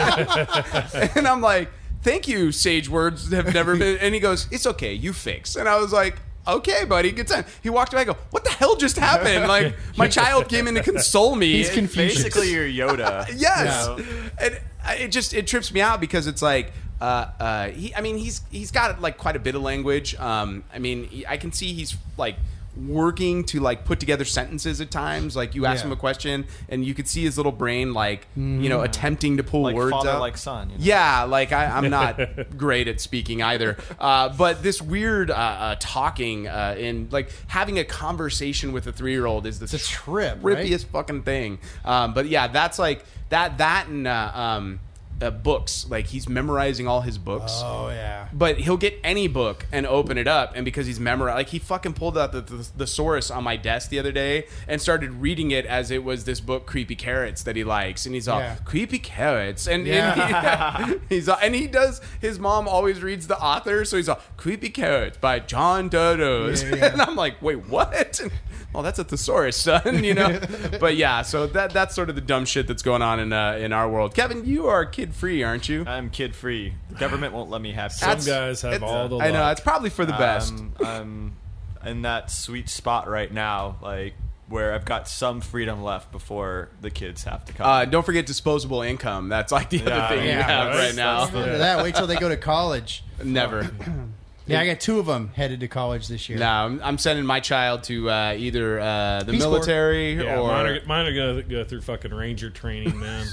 and I'm like, "Thank you, sage words have never been." And he goes, "It's okay, you fix." And I was like. Okay, buddy, good time. He walked away. I go, what the hell just happened? Like, my child came in to console me. He's And- Confucius. Basically, you're Yoda. Yes, You know? and I- it just it trips me out because it's like uh, uh, he. I mean, he's he's got like quite a bit of language. Um, I mean, he- I can see he's like working to like put together sentences at times. Like you ask Yeah. him a question, and you could see his little brain like you know attempting to pull Like words father, out. like son. You know? Yeah, like I, I'm not great at speaking either. Uh, but this weird uh, uh, talking uh, and like having a conversation with a three year old is the a trip, right? rippiest fucking thing. Um, but yeah, that's like that that and uh, um, uh, books. Like he's memorizing all his books. Oh yeah. But he'll get any book and open it up, and because he's memorized, like he fucking pulled out the, the thesaurus on my desk the other day and started reading it as it was this book, Creepy Carrots, that he likes, and he's all Yeah. creepy carrots, and, Yeah. and he, he's all, and he does. His mom always reads the author, so he's all creepy carrots by John Dodos, Yeah, yeah. and I'm like, wait, what? And, well, that's a thesaurus, son, you know. but yeah, so that that's sort of the dumb shit that's going on in uh, in our world. Kevin, you are kid free, aren't you? I'm kid free. The government won't let me have kids. That's- Uh, guys have it's- all the I know luck. it's probably for the best. Um, I'm in that sweet spot right now, like where I've got some freedom left before the kids have to come. Uh, don't forget disposable income. That's like the Yeah, other thing you yeah, have that's- right now. that's Remember that. Wait till they go to college. Never. Yeah, I got two of them headed to college this year. No, I'm, I'm sending my child to uh, either uh, the Peace Corps. military Yeah, or mine are, mine are gonna go through fucking ranger training, man.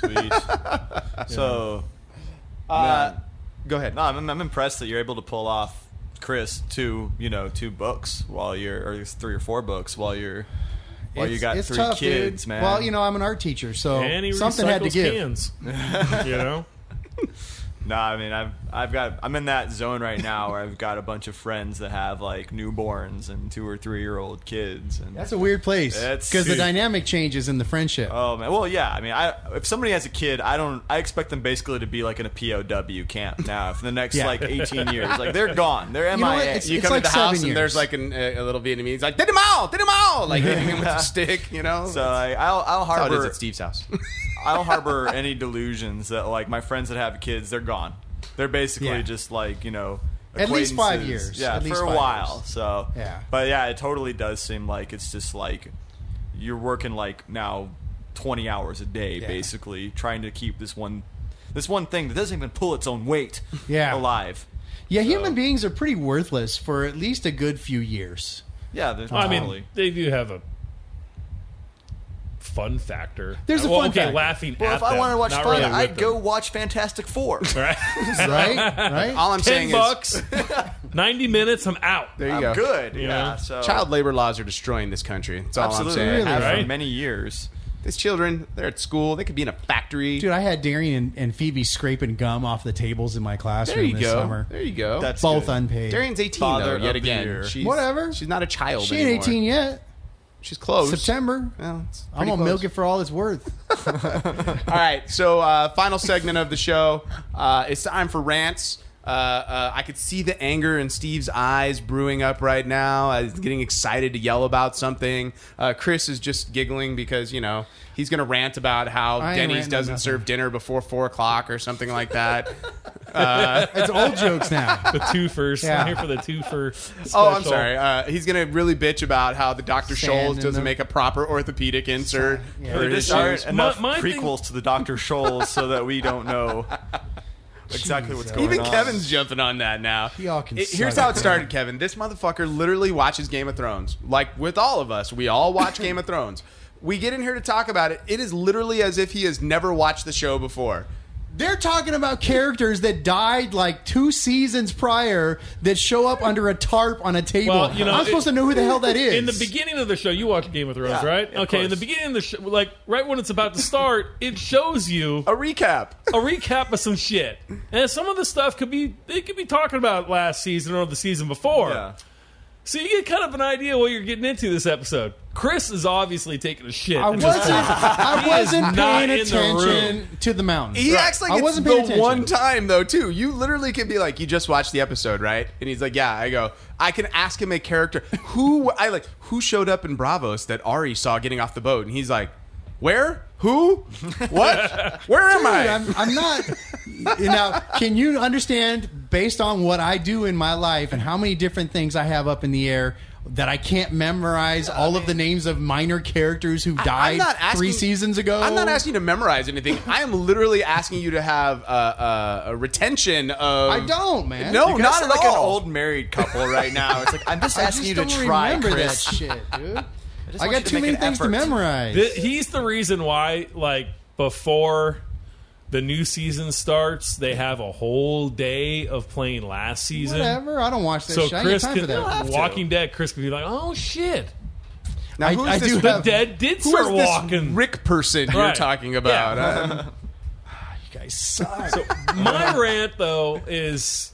so Uh, go ahead. no, I'm, I'm impressed that you're able to pull off Chris two, you know, two books while you're, or three or four books while you're, while you It's- got it's three tough, dude. kids, man. Well, you know, I'm an art teacher, so and he something recycles had to give. cans. you know, No, I mean I've I've got I'm in that zone right now where I've got a bunch of friends that have like newborns and two or three year old kids and That's a weird place That's- because the dude. dynamic changes in the friendship. oh man well yeah I mean I if somebody has a kid I don't I expect them basically to be like in a POW camp now for the next Yeah. like 18 years like they're gone they're MIA know what? It's- you come like to the house seven and years. there's like an, a, a little Vietnamese he's like did him all, did him all, like hitting him with a stick, you know. so oh, I, I'll I'll That's how it is harbor at Steve's house. I'll harbor any delusions that like my friends that have kids they're gone they're basically Yeah. just like you know At least five acquaintances. years. yeah At least for a five while years. so Yeah. but yeah it totally does seem like it's just like you're working like now 20 hours a day Yeah. basically trying to keep this one this one thing that doesn't even pull its own weight Yeah. alive yeah, so- human beings are pretty worthless for at least a good few years. yeah there's I mean, totally- they do have a fun factor. There's a Well, fun okay, factor. laughing. Well, at if I them, wanted to watch not fun, really with I'd them. go watch Fantastic Four. Right? Right? right? all I'm Ten saying is bucks, ninety minutes. I'm out. there you I'm go. good yeah, know? so Child labor laws are destroying this country. That's all absolutely I'm saying. Really? have for Right? many years These children, they're at school. They could be in a factory. Dude, I had Darian and, and Phoebe scraping gum off the tables in my classroom there you this go. summer. There you go. That's Both good. unpaid. Darian's 18 Father though. Yet of the again, year. she's, Whatever. She's not a child. she ain't anymore. 18 yet. She's close. September. Well, it's I'm pretty gonna close. milk it for all it's worth. All right, so uh, final segment of the show. Uh, it's time for rants. Uh, uh, I could see the anger in Steve's eyes brewing up right now. I was getting excited to yell about something. Uh, Chris is just giggling because you know he's going to rant about how I ain't Denny's ranting doesn't nothing. serve dinner before four o'clock or something like that. Uh. It's old jokes now. The two first. Yeah. I'm here for the two first. Oh, I'm sorry. Uh, he's gonna really bitch about how the Doctor Sand Scholes in doesn't them. make a proper orthopedic insert Yeah. for There just his shoes. aren't enough My- my thing- prequels to the Doctor Scholes so that we don't know exactly what's going Even on. Kevin's jumping on that now. Y'all can It- here's suck how it it. started, Kevin. This motherfucker literally watches Game of Thrones. Like with all of us, we all watch Game of Thrones. We get in here to talk about it. It is literally as if he has never watched the show before. They're talking about characters that died like two seasons prior that show up under a tarp on a table. Well, you know, I'm it- supposed to know who the hell that is. In the beginning of the show, you watch Game of Thrones, Yeah, right? of Okay, in the course. beginning of the show, like right when it's about to start, it shows you A recap. a recap of some shit, and some of the stuff could be they could be talking about last season or the season before. Yeah. So you get kind of an idea what you're getting into this episode. Chris is obviously taking a shit. I at wasn't. this point. I He is wasn't not paying in the room. attention to the mountain. He acts like I it's wasn't the paying attention. one time though too. You literally could be like, "You just watched the episode, right?" And he's like, "Yeah." I go, "I can ask him a character who I like who showed up in Bravos that Ari saw getting off the boat," and he's like, "Where? Who? What? Where am I?" Dude, I'm, I'm not. now, can you understand based on what I do in my life and how many different things I have up in the air that I can't memorize all of the names of minor characters who died three seasons ago? I'm not asking you to memorize anything. I am literally asking you to have uh, uh, a retention of. I don't, man. No, You guys not are at like all. an old married couple right now. It's like I'm just I asking just you don't to try, remember Chris. that shit, dude. I, just want you got to too make many an things to effort. memorize. Th- he's the reason why, like, before the new season starts, they have a whole day of playing last season. Whatever. I don't watch that So shit. I ain't Chris got time for could, that. Walking Dead, Chris could be like, "Oh shit, Now, I- who is I this, do the have- Dead did who is start this walking." Rick person you're Right. talking about? Yeah. Uh, You guys suck. So my rant though is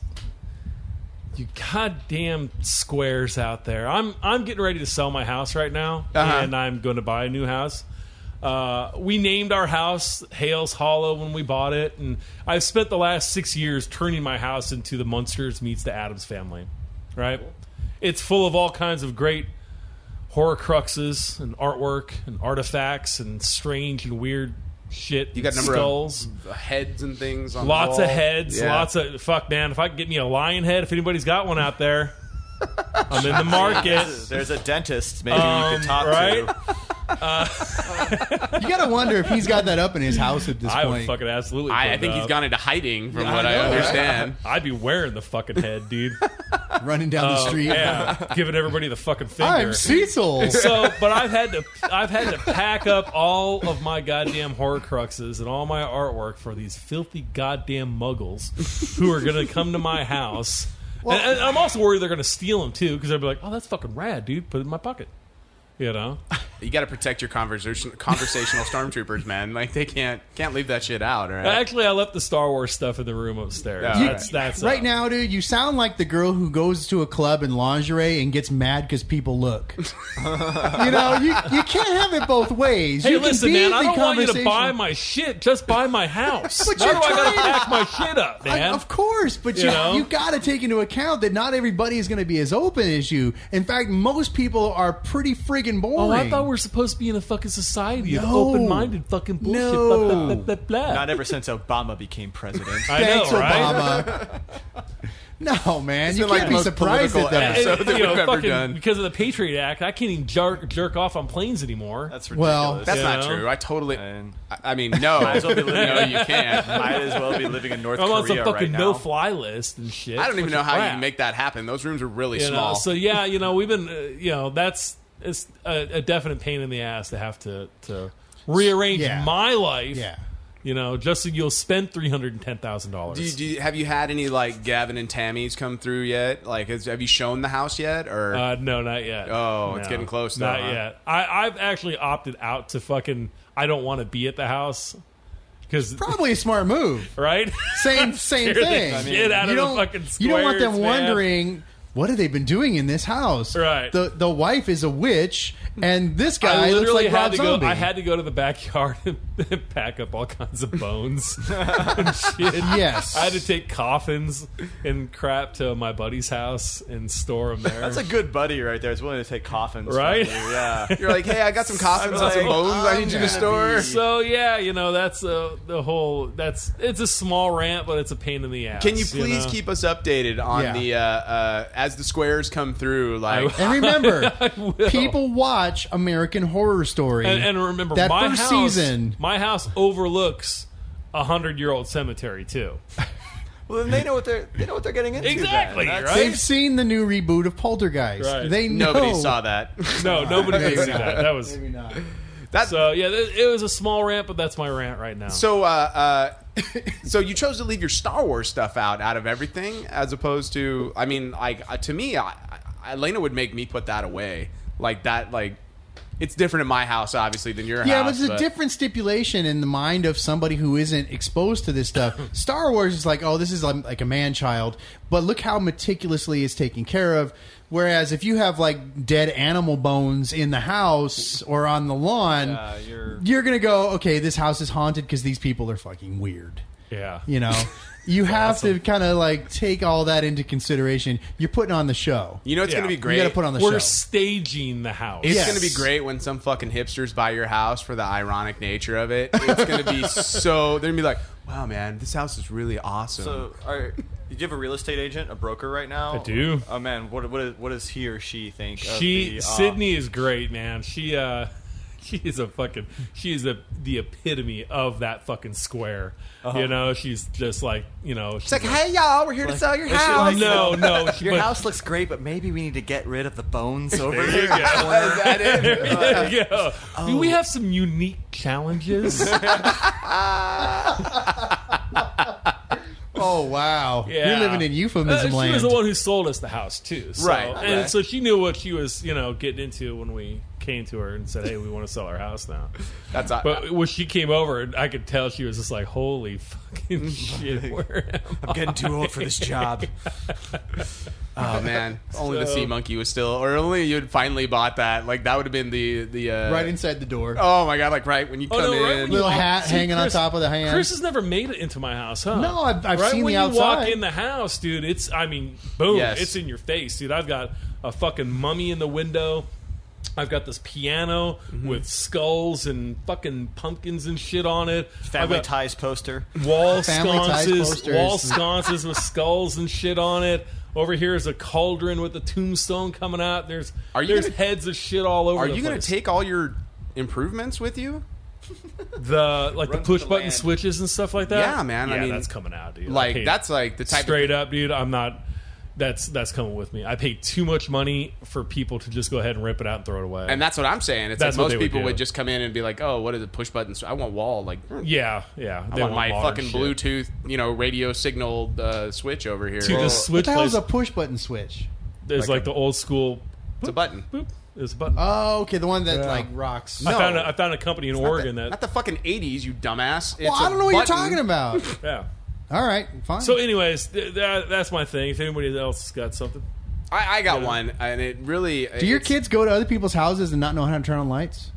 you goddamn squares out there. I'm I'm getting ready to sell my house right now, Uh-huh. and I'm going to buy a new house. Uh, we named our house Hales Hollow when we bought it, and I've spent the last six years turning my house into the Munsters meets the Adams family. Right? It's full of all kinds of great horror cruxes and artwork and artifacts and strange and weird shit. you got a number skulls. of heads and things on the Lots of wall. heads, Yeah. lots of fuck, man. If I could get me a lion head, if anybody's got one out there, I'm in the market. There's a dentist maybe you Um, could talk right? to. You gotta wonder if he's got that up in his house at this I would point. fucking absolutely. put I, I it think he's up. gone into hiding from Yeah, what I I, know, right? understand. I'd be wearing the fucking head, dude. running down Oh, the Um, street. yeah, giving everybody the fucking finger. I'm Cecil. so, but I've had to I've had to pack up all of my goddamn horror cruxes and all my artwork for these filthy goddamn muggles who are going to come to my house. and, and I'm also worried they're going to steal them too because they'll be like, "Oh, that's fucking rad, dude. Put it in my pocket." You know, You got to protect your conversation, conversational stormtroopers, man. Like they can't can't leave that shit out. All right. actually, I left the Star Wars stuff in the room upstairs. Yeah, that's that's uh, right up. now, dude, you sound like the girl who goes to a club in lingerie and gets mad because people look. you know, you, you can't have it both ways. Hey, you listen, can be man. the I don't want you to conversational- buy my shit. Just buy my house. But Why you're do I gotta trying to- pack my shit up, I- man? of course, but You you, you, know? got to take into account that not everybody is going to be as open as you. In fact, most people are pretty friggin' boring. Oh, I thought we were supposed to be in a fucking society of No. open-minded fucking bullshit. No. Blah, blah, blah, blah, blah. Not ever since Obama became president. I Thanks, know, right? Obama. no, man, you been like can't the be most surprised political at that. episode. And, that you know, we've ever fucking, done. Because of the Patriot Act, I can't even jerk, jerk off on planes anymore. That's Well, ridiculous. That's You not know? true. I totally. I, And I mean, no, as well be living no, you can't. might as well be living in North I'm on some Korea fucking right now. no-fly list and shit. I don't even Which know is how you crap. can make that happen. Those rooms are really You know, small. So yeah, you know, we've been, uh, you know, that's it's a, a definite pain in the ass to have to to rearrange Yeah. my life. Yeah. You know, just so you'll spend three hundred and ten thousand do you, dollars. do you, have you had any like Gavin and Tammy's come through yet? Like, has, have you shown the house yet? Or Uh, no, not yet. Oh, it's No, getting close though, Not huh? yet. I, I've actually opted out to fucking. I don't want to be at the house because Probably a smart move. right. Same same Scare the thing. shit out you of the don't, fucking you don't want them squares, man. wondering what have they been doing in this house. Right. The the wife is a witch and this guy I looks literally like had Rob to Zombie. go. I had to go to the backyard and pack up all kinds of bones and shit. Yes. I had to take coffins and crap to my buddy's house and store them there. That's a good buddy right there. It's willing to take coffins, from Right? you, Yeah. You're like, hey, I got some coffins and some like, bones I I'm need you to gonna store. so yeah, you know that's uh, the whole. That's it's a small rant, but it's a pain in the ass. Can you please know? keep us updated on Yeah. the uh, uh, as the squares come through? Like, and remember, will. people watch American Horror Story. And, and remember, that my first house, season. my house overlooks a hundred-year-old cemetery too. Well, then they know what they're they know what they're getting into. then. Exactly, That's- right? They've seen the new reboot of Poltergeist. Right. They know. nobody saw that. No, nobody can see that. That was Maybe not. That's so. Yeah, th- it was a small rant, but that's my rant right now. so. Uh, uh, so you chose to leave your Star Wars stuff out out of everything, as opposed to, I mean, like uh, to me, I, I, Elena would make me put that away. Like that, like it's different in my house, obviously, than your Yeah, but house. it's a different stipulation in the mind of somebody who isn't exposed to this stuff. Star Wars is like, oh, this is um, like a man child, but look how meticulously it's taken care of. Whereas if you have like dead animal bones in the house or on the lawn, Yeah, you're- you're gonna go, okay, this house is haunted because these people are fucking weird. yeah, You know, you have to kind of like take all that into consideration. You're putting on the show. You know, it's Yeah. gonna be You great. You got to put on the we're show. staging the house. It's Yes. going to be great when some fucking hipsters buy your house for the ironic nature of it. It's going to be so. They're going to be like, wow, man, this house is really awesome. So, are, do you have a real estate agent, a broker right now? I do. Oh man, what what, is, what does he or she think? she of the, uh, Sydney is great, man. She uh she is a fucking she is the the epitome of that fucking square. You know, she's just like you know she's it's like, hey, y'all, we're here to sell your house. no, no. She, Your but- house looks great, but maybe we need to get rid of the bones over There you here. go. Is that it? There you go. Do we have some unique challenges? Oh wow, Yeah. you're living in Uh, euphemism she land. was the one who sold us the house too, so, Right, And right. so she knew what she was, you know, getting into when we came to her and said, "Hey, we want to sell our house now." That's a, But when she came over, I could tell she was just like, "Holy fucking shit!" Where am I? I'm getting too old for this job. oh man, If only the So- sea monkey was still, or only you'd finally bought that. Like that would have been the the uh, right inside the door. Oh my god, like right when you Oh, come no, right in. when you- little hat See, hanging Chris- on top of the hand. Chris has never made it into my house, huh? No, I've- I've right seen when the you walk outside. in the house, dude. It's I mean, boom, Yes. it's in your face, dude. I've got a fucking mummy in the window. I've got this piano Mm-hmm. with skulls and fucking pumpkins and shit on it. Family I've got ties poster. wall Family ties sconces, posters. wall sconces with skulls and shit on it. Over here is a cauldron with a tombstone coming out. There's Are you there's gonna- heads of shit all over. Are the you going place. to take all your improvements with you? the like the Runs push with the button land. switches and stuff like that? Yeah, man, I Yeah, mean, that's coming out, dude. I Like paid- that's like the type straight of up, dude. I'm not. That's that's coming with me. I paid too much money for people to just go ahead and rip it out and throw it away. and that's what I'm saying. It's That's like what most they would people do. would just come in and be like, "Oh, what is it? Push buttons? I want wall." Like, yeah, yeah. I want my fucking blue Bluetooth, you know, radio signal uh, switch over here. To the What switch the hell place is a push button switch? is like the old school. it's a button. Boop is a button. Oh, okay, the one that Yeah. like rocks. I Uh, no. found a, I found a company in not, Oregon the, that not the fucking '80s, you dumbass. It's well, I a don't know what you're button. talking about. yeah. All right, fine. So, anyways, th- that, that's my thing. If anybody else has got something, I, I got Yeah. one, and it really. do your kids go to other people's houses and not know how to turn on lights?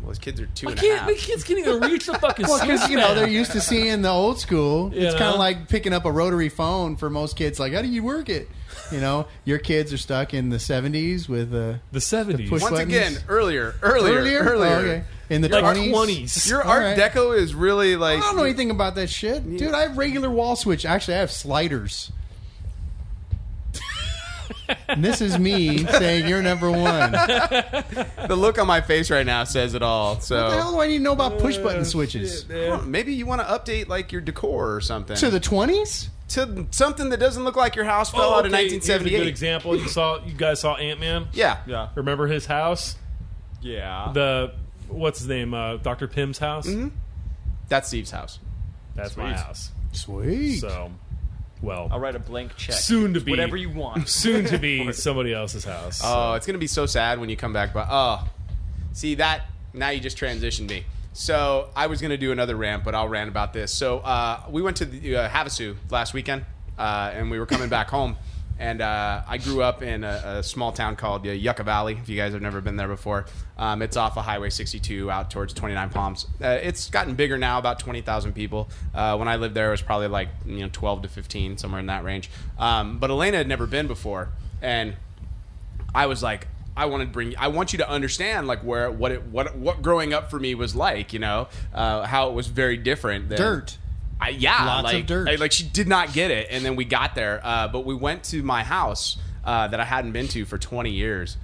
Well, his kids are two I and a can't. half. My kids can't even reach the fucking. Well, because you know switch, they're man. used to seeing the old school. You it's kind know? of like picking up a rotary phone for most kids. Like, how do you work it? You know, your kids are stuck in the '70s with a the seventies, push Once buttons. again, earlier, earlier, earlier. Oh, okay. in the like 20s. twenties. Your All Art right. Deco is really like. I don't know anything about that shit, dude. I have regular wall switch. Actually, I have sliders. and this is me saying you're number one. What the The look on my face right now says it all. hell So do I need to know about push button switches? Huh, maybe you want to update like your decor or something To the twenties? to something that doesn't look like your house fell out in Oh, okay, here's a good 1978. example. You saw. You guys saw Ant Man. Yeah, Yeah. Remember his house? Yeah. The what's his name? Uh, Doctor Pym's house. Mm-hmm. that's Steve's house. That's my house. Sweet. So, well, I'll write a blank check. Soon to be. Whatever you want. soon to be somebody else's house. Oh, it's gonna be so sad when you come back. But oh, see that now you just transitioned me. So I was gonna do another rant, but I'll rant about this. So uh, we went to the, uh, Havasu last weekend, uh, and we were coming back home, And uh, I grew up in a, a small town called uh, Yucca Valley. If you guys have never been there before, um, it's off of Highway 62 out towards 29 Palms. Uh, it's gotten bigger now, about 20,000 people. Uh, when I lived there, it was probably like you know 12 to 15, somewhere in that range. Um, but Elena had never been before, and I was like, I want to bring. I want you to understand like where what it what what growing up for me was like. You know uh, how it was very different. Than, Dirt. I, yeah, Lots of like, dirt. I- like she did not get it, and then we got there. Uh, but we went to my house uh, that I hadn't been to for 20 years,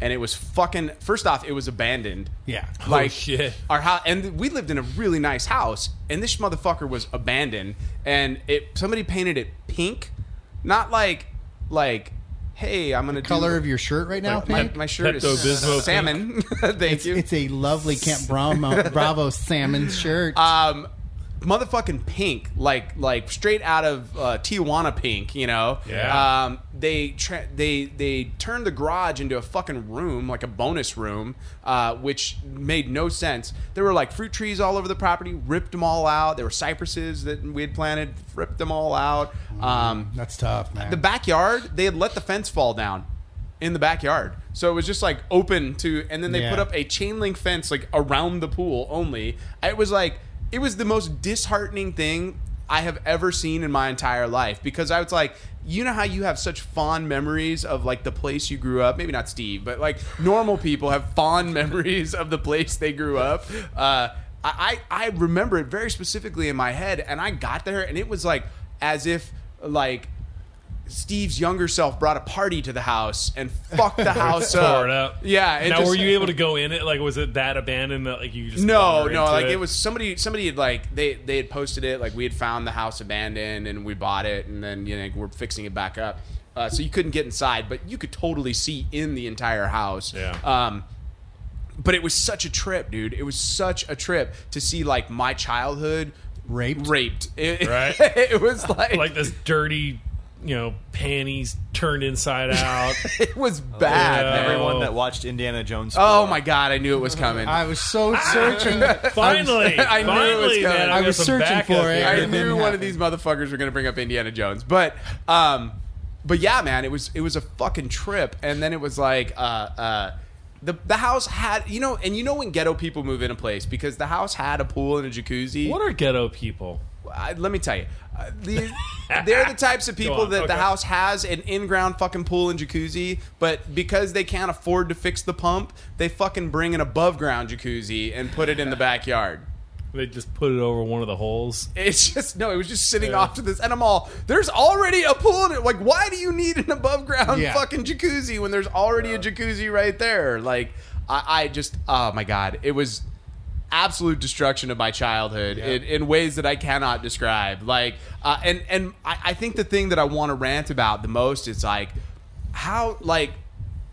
and it was fucking. First off, it was abandoned. Yeah. Like shit. Our house, and we lived in a really nice house, and this motherfucker was abandoned, and it somebody painted it pink, not like like. Hey, I'm gonna Color do, of your shirt right now, my, pink. my shirt Pepto-Bismol pink. is salmon. Thank it's, you. it's a lovely Camp Bravo, Bravo salmon shirt. um, motherfucking pink, like like straight out of uh, Tijuana pink, you know. Yeah. Um, they tra- they they turned the garage into a fucking room, like a bonus room, uh, which made no sense. There were like fruit trees all over the property, ripped them all out. There were cypresses that we had planted, ripped them all out. Um, That's tough, man. the backyard they had let the fence fall down in the backyard so it was just like open to and then they Yeah. put up a chain link fence like around the pool only it was like it was the most disheartening thing i have ever seen in my entire life because i was like you know how you have such fond memories of like the place you grew up maybe not steve but like normal people have fond memories of the place they grew up uh, I, I I remember it very specifically in my head and i got there and it was like as if like Steve's younger self brought a party to the house and fucked the house up. Tore it up. Yeah. it now, just- were you able to go in it? Like, was it that abandoned that like you just No, wander no. into Like it was somebody. Somebody had like they they had posted it. Like we had found the house abandoned and we bought it and then you know we're fixing it back up. Uh, so you couldn't get inside, but you could totally see in the entire house. Yeah. Um, but it was such a trip, dude. It was such a trip to see like my childhood Raped? Raped. It, Right. it was like, like this dirty, you know, panties turned inside out. it was bad. Yeah. man. Everyone that watched Indiana Jones. Oh four. my god, I knew it was coming. I was so Ah! searching. finally, I knew it was finally, coming. man, I I've got was some searching backup for it. here. I It knew didn't one happen. of these motherfuckers were going to bring up Indiana Jones, but um, but yeah, man, it was it was a fucking trip, and then it was like uh uh. The, the house had you know and you know when ghetto people move in a place because the house had a pool and a jacuzzi What are ghetto people? I, let me tell you, uh, the, they're the types of people on, that the okay. house has an in-ground fucking pool and jacuzzi, but because they can't afford to fix the pump, they fucking bring an above-ground jacuzzi and put it in the backyard. They just put it over one of the holes. It's just no, it was just sitting off to this, and I'm all there's already a pool in it. Like, why do you need an above-ground Yeah. fucking jacuzzi when there's already a jacuzzi right there? Like, I, I just oh my god, it was absolute destruction of my childhood in, in ways that I cannot describe. Like, uh, and and I, I think the thing that I want to rant about the most is like how like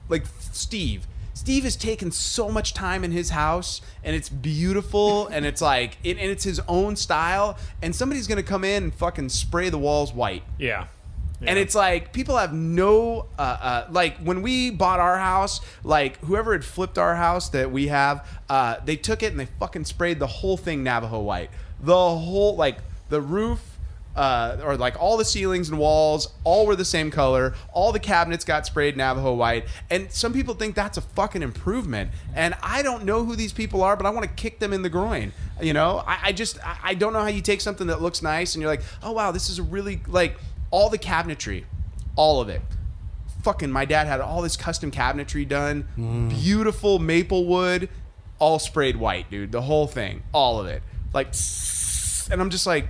like Steve. Steve has taken so much time in his house, and it's beautiful, and it's like, it, and it's his own style. And somebody's gonna come in and fucking spray the walls white. Yeah. And it's like people have no uh, uh, like when we bought our house, like whoever had flipped our house that we have, uh, they took it and they fucking sprayed the whole thing Navajo white, the whole like the roof. Uh, or like all the ceilings and walls all were the same color all the cabinets got sprayed navajo white and some people think that's a fucking improvement and i don't know who these people are but i want to kick them in the groin you know i, I just I, I don't know how you take something that looks nice and you're like oh wow this is a really like all the cabinetry, all of it. Fucking, my dad had all this custom cabinetry done, beautiful maple wood, all sprayed white, dude. The whole thing, all of it. Like, and I'm just like,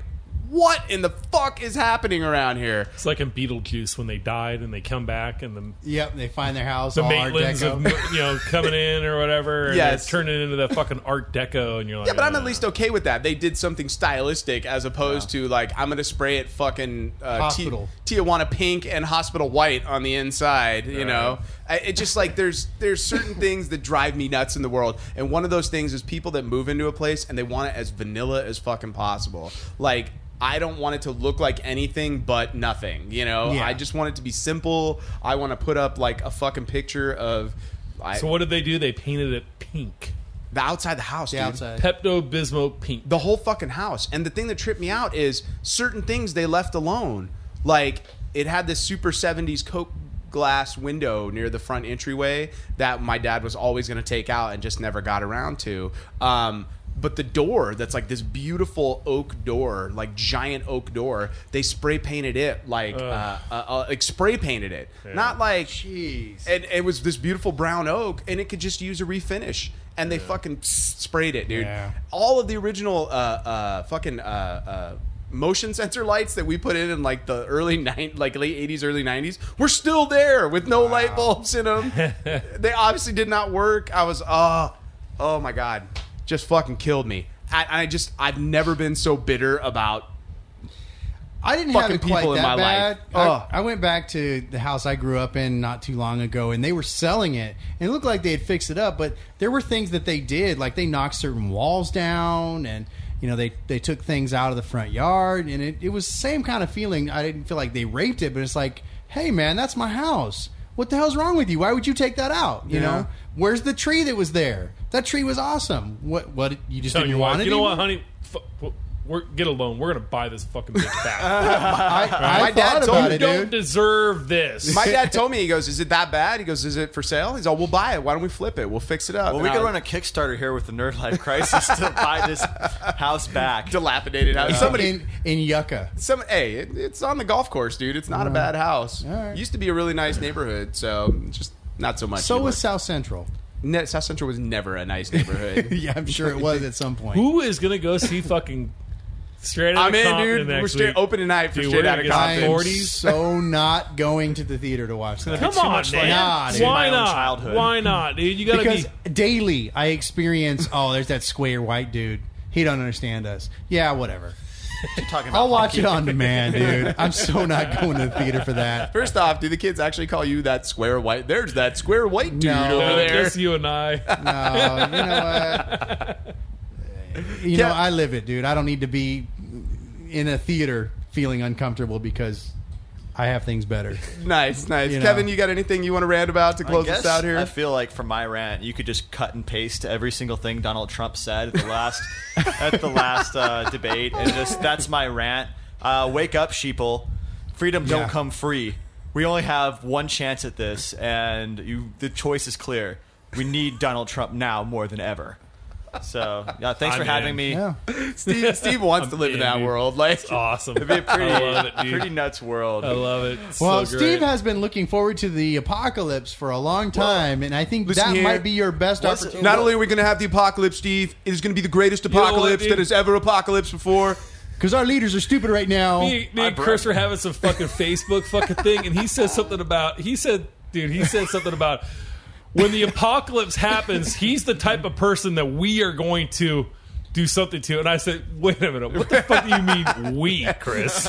what in the fuck is happening around here? It's like in Beetlejuice when they died and they come back and the yep, they find their house. Oh, the all Art Maitlands Deco. of you know coming in or whatever. And Yes. yes, turning into the fucking Art Deco, and you're like, Yeah, but I'm at "Uh." least okay with that. They did something stylistic as opposed to like I'm gonna spray it fucking uh, Ti- Hospital. Tijuana pink and hospital white on the inside. You know, I, it just like there's there's certain things that drive me nuts in the world, and one of those things is people that move into a place and they want it as vanilla as fucking possible. Like I don't want it to look like anything but nothing. You know, Yeah. I just want it to be simple. I want to put up like a fucking picture of. I, So what did they do? They painted it pink, the outside the house, The dude. outside. Pepto Bismol pink. the whole fucking house. And the thing that tripped me out is certain things they left alone. Like it had this super 70s Coke glass window near the front entryway that my dad was always going to take out and just never got around to. Um, but the door that's like this beautiful oak door, like giant oak door, they spray painted it like uh, uh, uh, like spray painted it, not like Jeez. and it was this beautiful brown oak, and it could just use a refinish. And they fucking sprayed it, dude. Yeah. All of the original uh, uh, fucking uh, uh, motion sensor lights that we put in in like the early nine, like late eighties, early nineties, were still there with no light bulbs in them. they obviously did not work. I was, oh, oh my god, just fucking killed me. I, I just, I've never been so bitter about. I didn't have fucking it quite people that in my bad. life. Ugh. I, I went back to the house I grew up in not too long ago, and they were selling it, and it looked like they had fixed it up. But there were things that they did, like they knocked certain walls down, and you know they they took things out of the front yard, and it, it was the same kind of feeling. I didn't feel like they raped it, but it's like, hey man, that's my house. What the hell's wrong with you? Why would you take that out? You Yeah. know, where's the tree that was there? That tree was awesome. What? What? You just Tell didn't your want wife, it? you know what, anymore?" honey? F- we're, get a loan. We're gonna buy this fucking bitch back. I, I My dad thought told about me it, don't dude. deserve this. My dad told me, he goes, "Is it that bad?" He goes, "Is it for sale?" He's all, "We'll buy it. Why don't we flip it? We'll fix it up." Well, And we I could was- run a Kickstarter here with the Nerd Life Crisis to buy this house back. dilapidated house. Somebody, in, in Yucca. some, hey, it, it's on the golf course, dude. It's not a bad house. right. Used to be a really nice neighborhood, so just not so much. So anymore. was South Central. Ne- South Central was never a nice neighborhood. Yeah, I'm sure it was at some point. Who is gonna go see fucking straight I'm out of in, dude. Next We're straight week? open tonight for Dude, straight we're out of gonna get some I Compton. am 40s? so not going to the theater to watch that. Come on, man. Nah, dude. Why My own not? childhood. Why not, dude? You gotta Because be. daily I experience, oh, there's that square white dude. He don't understand us. Yeah, whatever. talking about I'll watch it on demand, dude. I'm so not going to the theater for that. First off, do the kids actually call you that square white? There's that square white dude over No. No, there. just you and I. No, Uh, you know what? You know, Yeah. I live it, dude. I don't need to be in a theater feeling uncomfortable because I have things better. Nice, nice. You know. Kevin, you got anything you want to rant about to I close guess us out here? I feel like for my rant, you could just cut and paste every single thing Donald Trump said at the last at the last uh, debate, and just that's my rant. Uh, wake up, sheeple! Freedom don't Yeah. come free. We only have one chance at this, and you, the choice is clear. We need Donald Trump now more than ever. So, yeah, thanks I'm for having in. me. Yeah. Steve, Steve wants I'm to live in in, that dude. world. Like, It's awesome. It'd be a pretty, I love it, dude. pretty nuts world. I love it. It's Well, so Steve great. has been looking forward to the apocalypse for a long time, and I think listen that here. might be your best What's- opportunity. Not only are we going to have the apocalypse, Steve, it is going to be the greatest know what, apocalypse dude? that has ever apocalypse before. Because our leaders are stupid right now. me, me and Chris were having some fucking Facebook fucking thing, and he said something about he said, dude, he said something about when the apocalypse happens, he's the type of person that we are going to do something to. And I said, wait a minute, what the fuck do you mean we, Chris?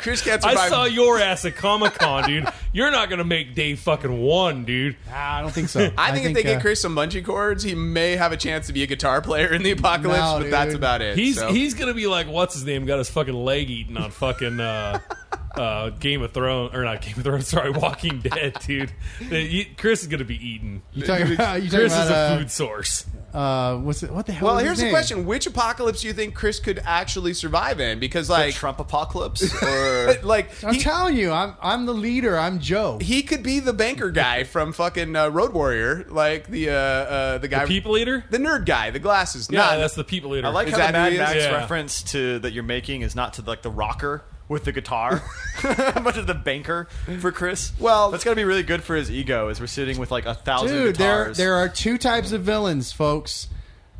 Chris can't survive. I saw your ass at Comic Con, dude. You're not gonna make day fucking one, dude. Ah, I don't think so. I think, if they uh, get Chris some bungee cords, he may have a chance to be a guitar player in the apocalypse, No, but dude. that's about it. He's so. he's gonna be like, what's his name? Got his fucking leg eaten on fucking uh, uh, Game of Thrones or not Game of Thrones? Sorry, Walking Dead, dude. They- you- Chris is gonna be eaten. You talking about, you talking Chris is a about, food source. uh, uh, what's it, what the hell? well, was his here's the name? question: Which apocalypse do you think Chris could actually survive in? Because like, Trump apocalypse or like I'm he, telling you, I'm I'm the leader. I'm Joe. he could be the banker guy from fucking uh, Road Warrior, like the uh, uh, the guy, the, People eater? nerd guy, the glasses. Yeah, Nah, that's the people eater. I like Is how that the Mad who he is? Max Yeah. reference to that you're making is not to like the rocker with the guitar, but to the banker for Chris. Well- that's gonna be really good for his ego as we're sitting with like a thousand Dude, there guitars. there are two types of villains, folks.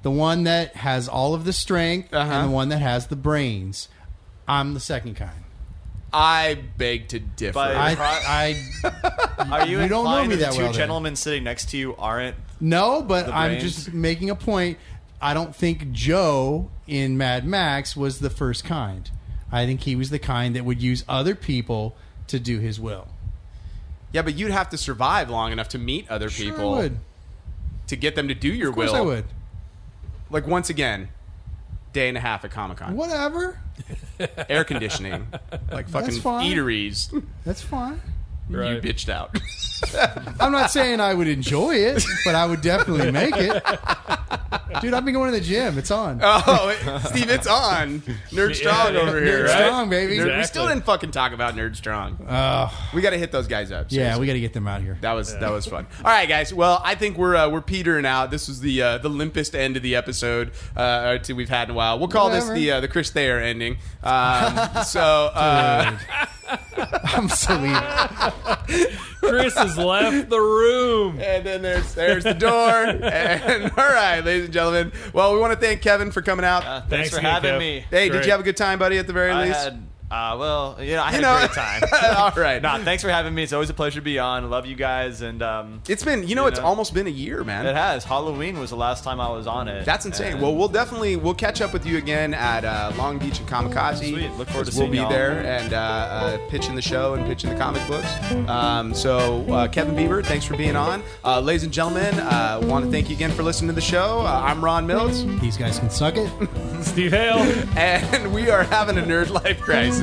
The one that has all of the strength, Uh-huh. and the one that has the brains. I'm the second kind. I beg to differ. But- I, I are you, you don't know implying me that that the two well, then. gentlemen sitting next to you aren't? No, but The I'm brains. just making a point. I don't think Joe in Mad Max was the first kind. I think he was the kind that would use other people to do his will. yeah, but you'd have to survive long enough to meet other people Sure would. Of to get them to do your course will. I would. Like once again, day and a half at Comic Con, Whatever. air conditioning, like fucking fine. eateries. That's fine. You Right. bitched out. I'm not saying I would enjoy it, but I would definitely make it. Dude, I've been going to the gym. It's on. Oh, Steve, it's on. Nerd Strong over here, Nerd right? strong, baby. Nerd- We still Exactly. didn't fucking talk about Nerd Strong. Oh, We got to hit those guys up. yeah, seriously. we got to get them out here. That was that was fun. All right, guys. Well, I think we're uh, we're petering out. This was the uh, the limpest end of the episode uh, or two we've had in a while. We'll call Whatever. this the uh, the Chris Thayer ending. Um, so uh, I'm so weak. Chris has left the room. and then there's there's the door. And all right, ladies and gentlemen. Well, we want to thank Kevin for coming out. Uh, thanks, Thanks for again, having Kev. me. hey, did great. you have a good time, buddy? At the very I least. had, uh, well, you know, I had You know. a great time. all right. nah, thanks for having me. It's always a pleasure to be on. Love you guys, and um, It's been you know You it's know. almost been a year, man. it has. Halloween was the last time I was on it. That's insane. And- Well, we'll definitely we'll catch up with you again at uh, Long Beach and Kamikaze. Sweet. Look forward to We'll seeing be y'all. there and uh, uh, pitching the show and pitching the comic books. Um, so uh, Kevin Bieber, thanks for being on, uh, ladies and gentlemen. Uh, Want to thank you again for listening to the show. Uh, I'm Ron Mills, These guys can suck it. Steve Hale. and we are having a nerd life crisis.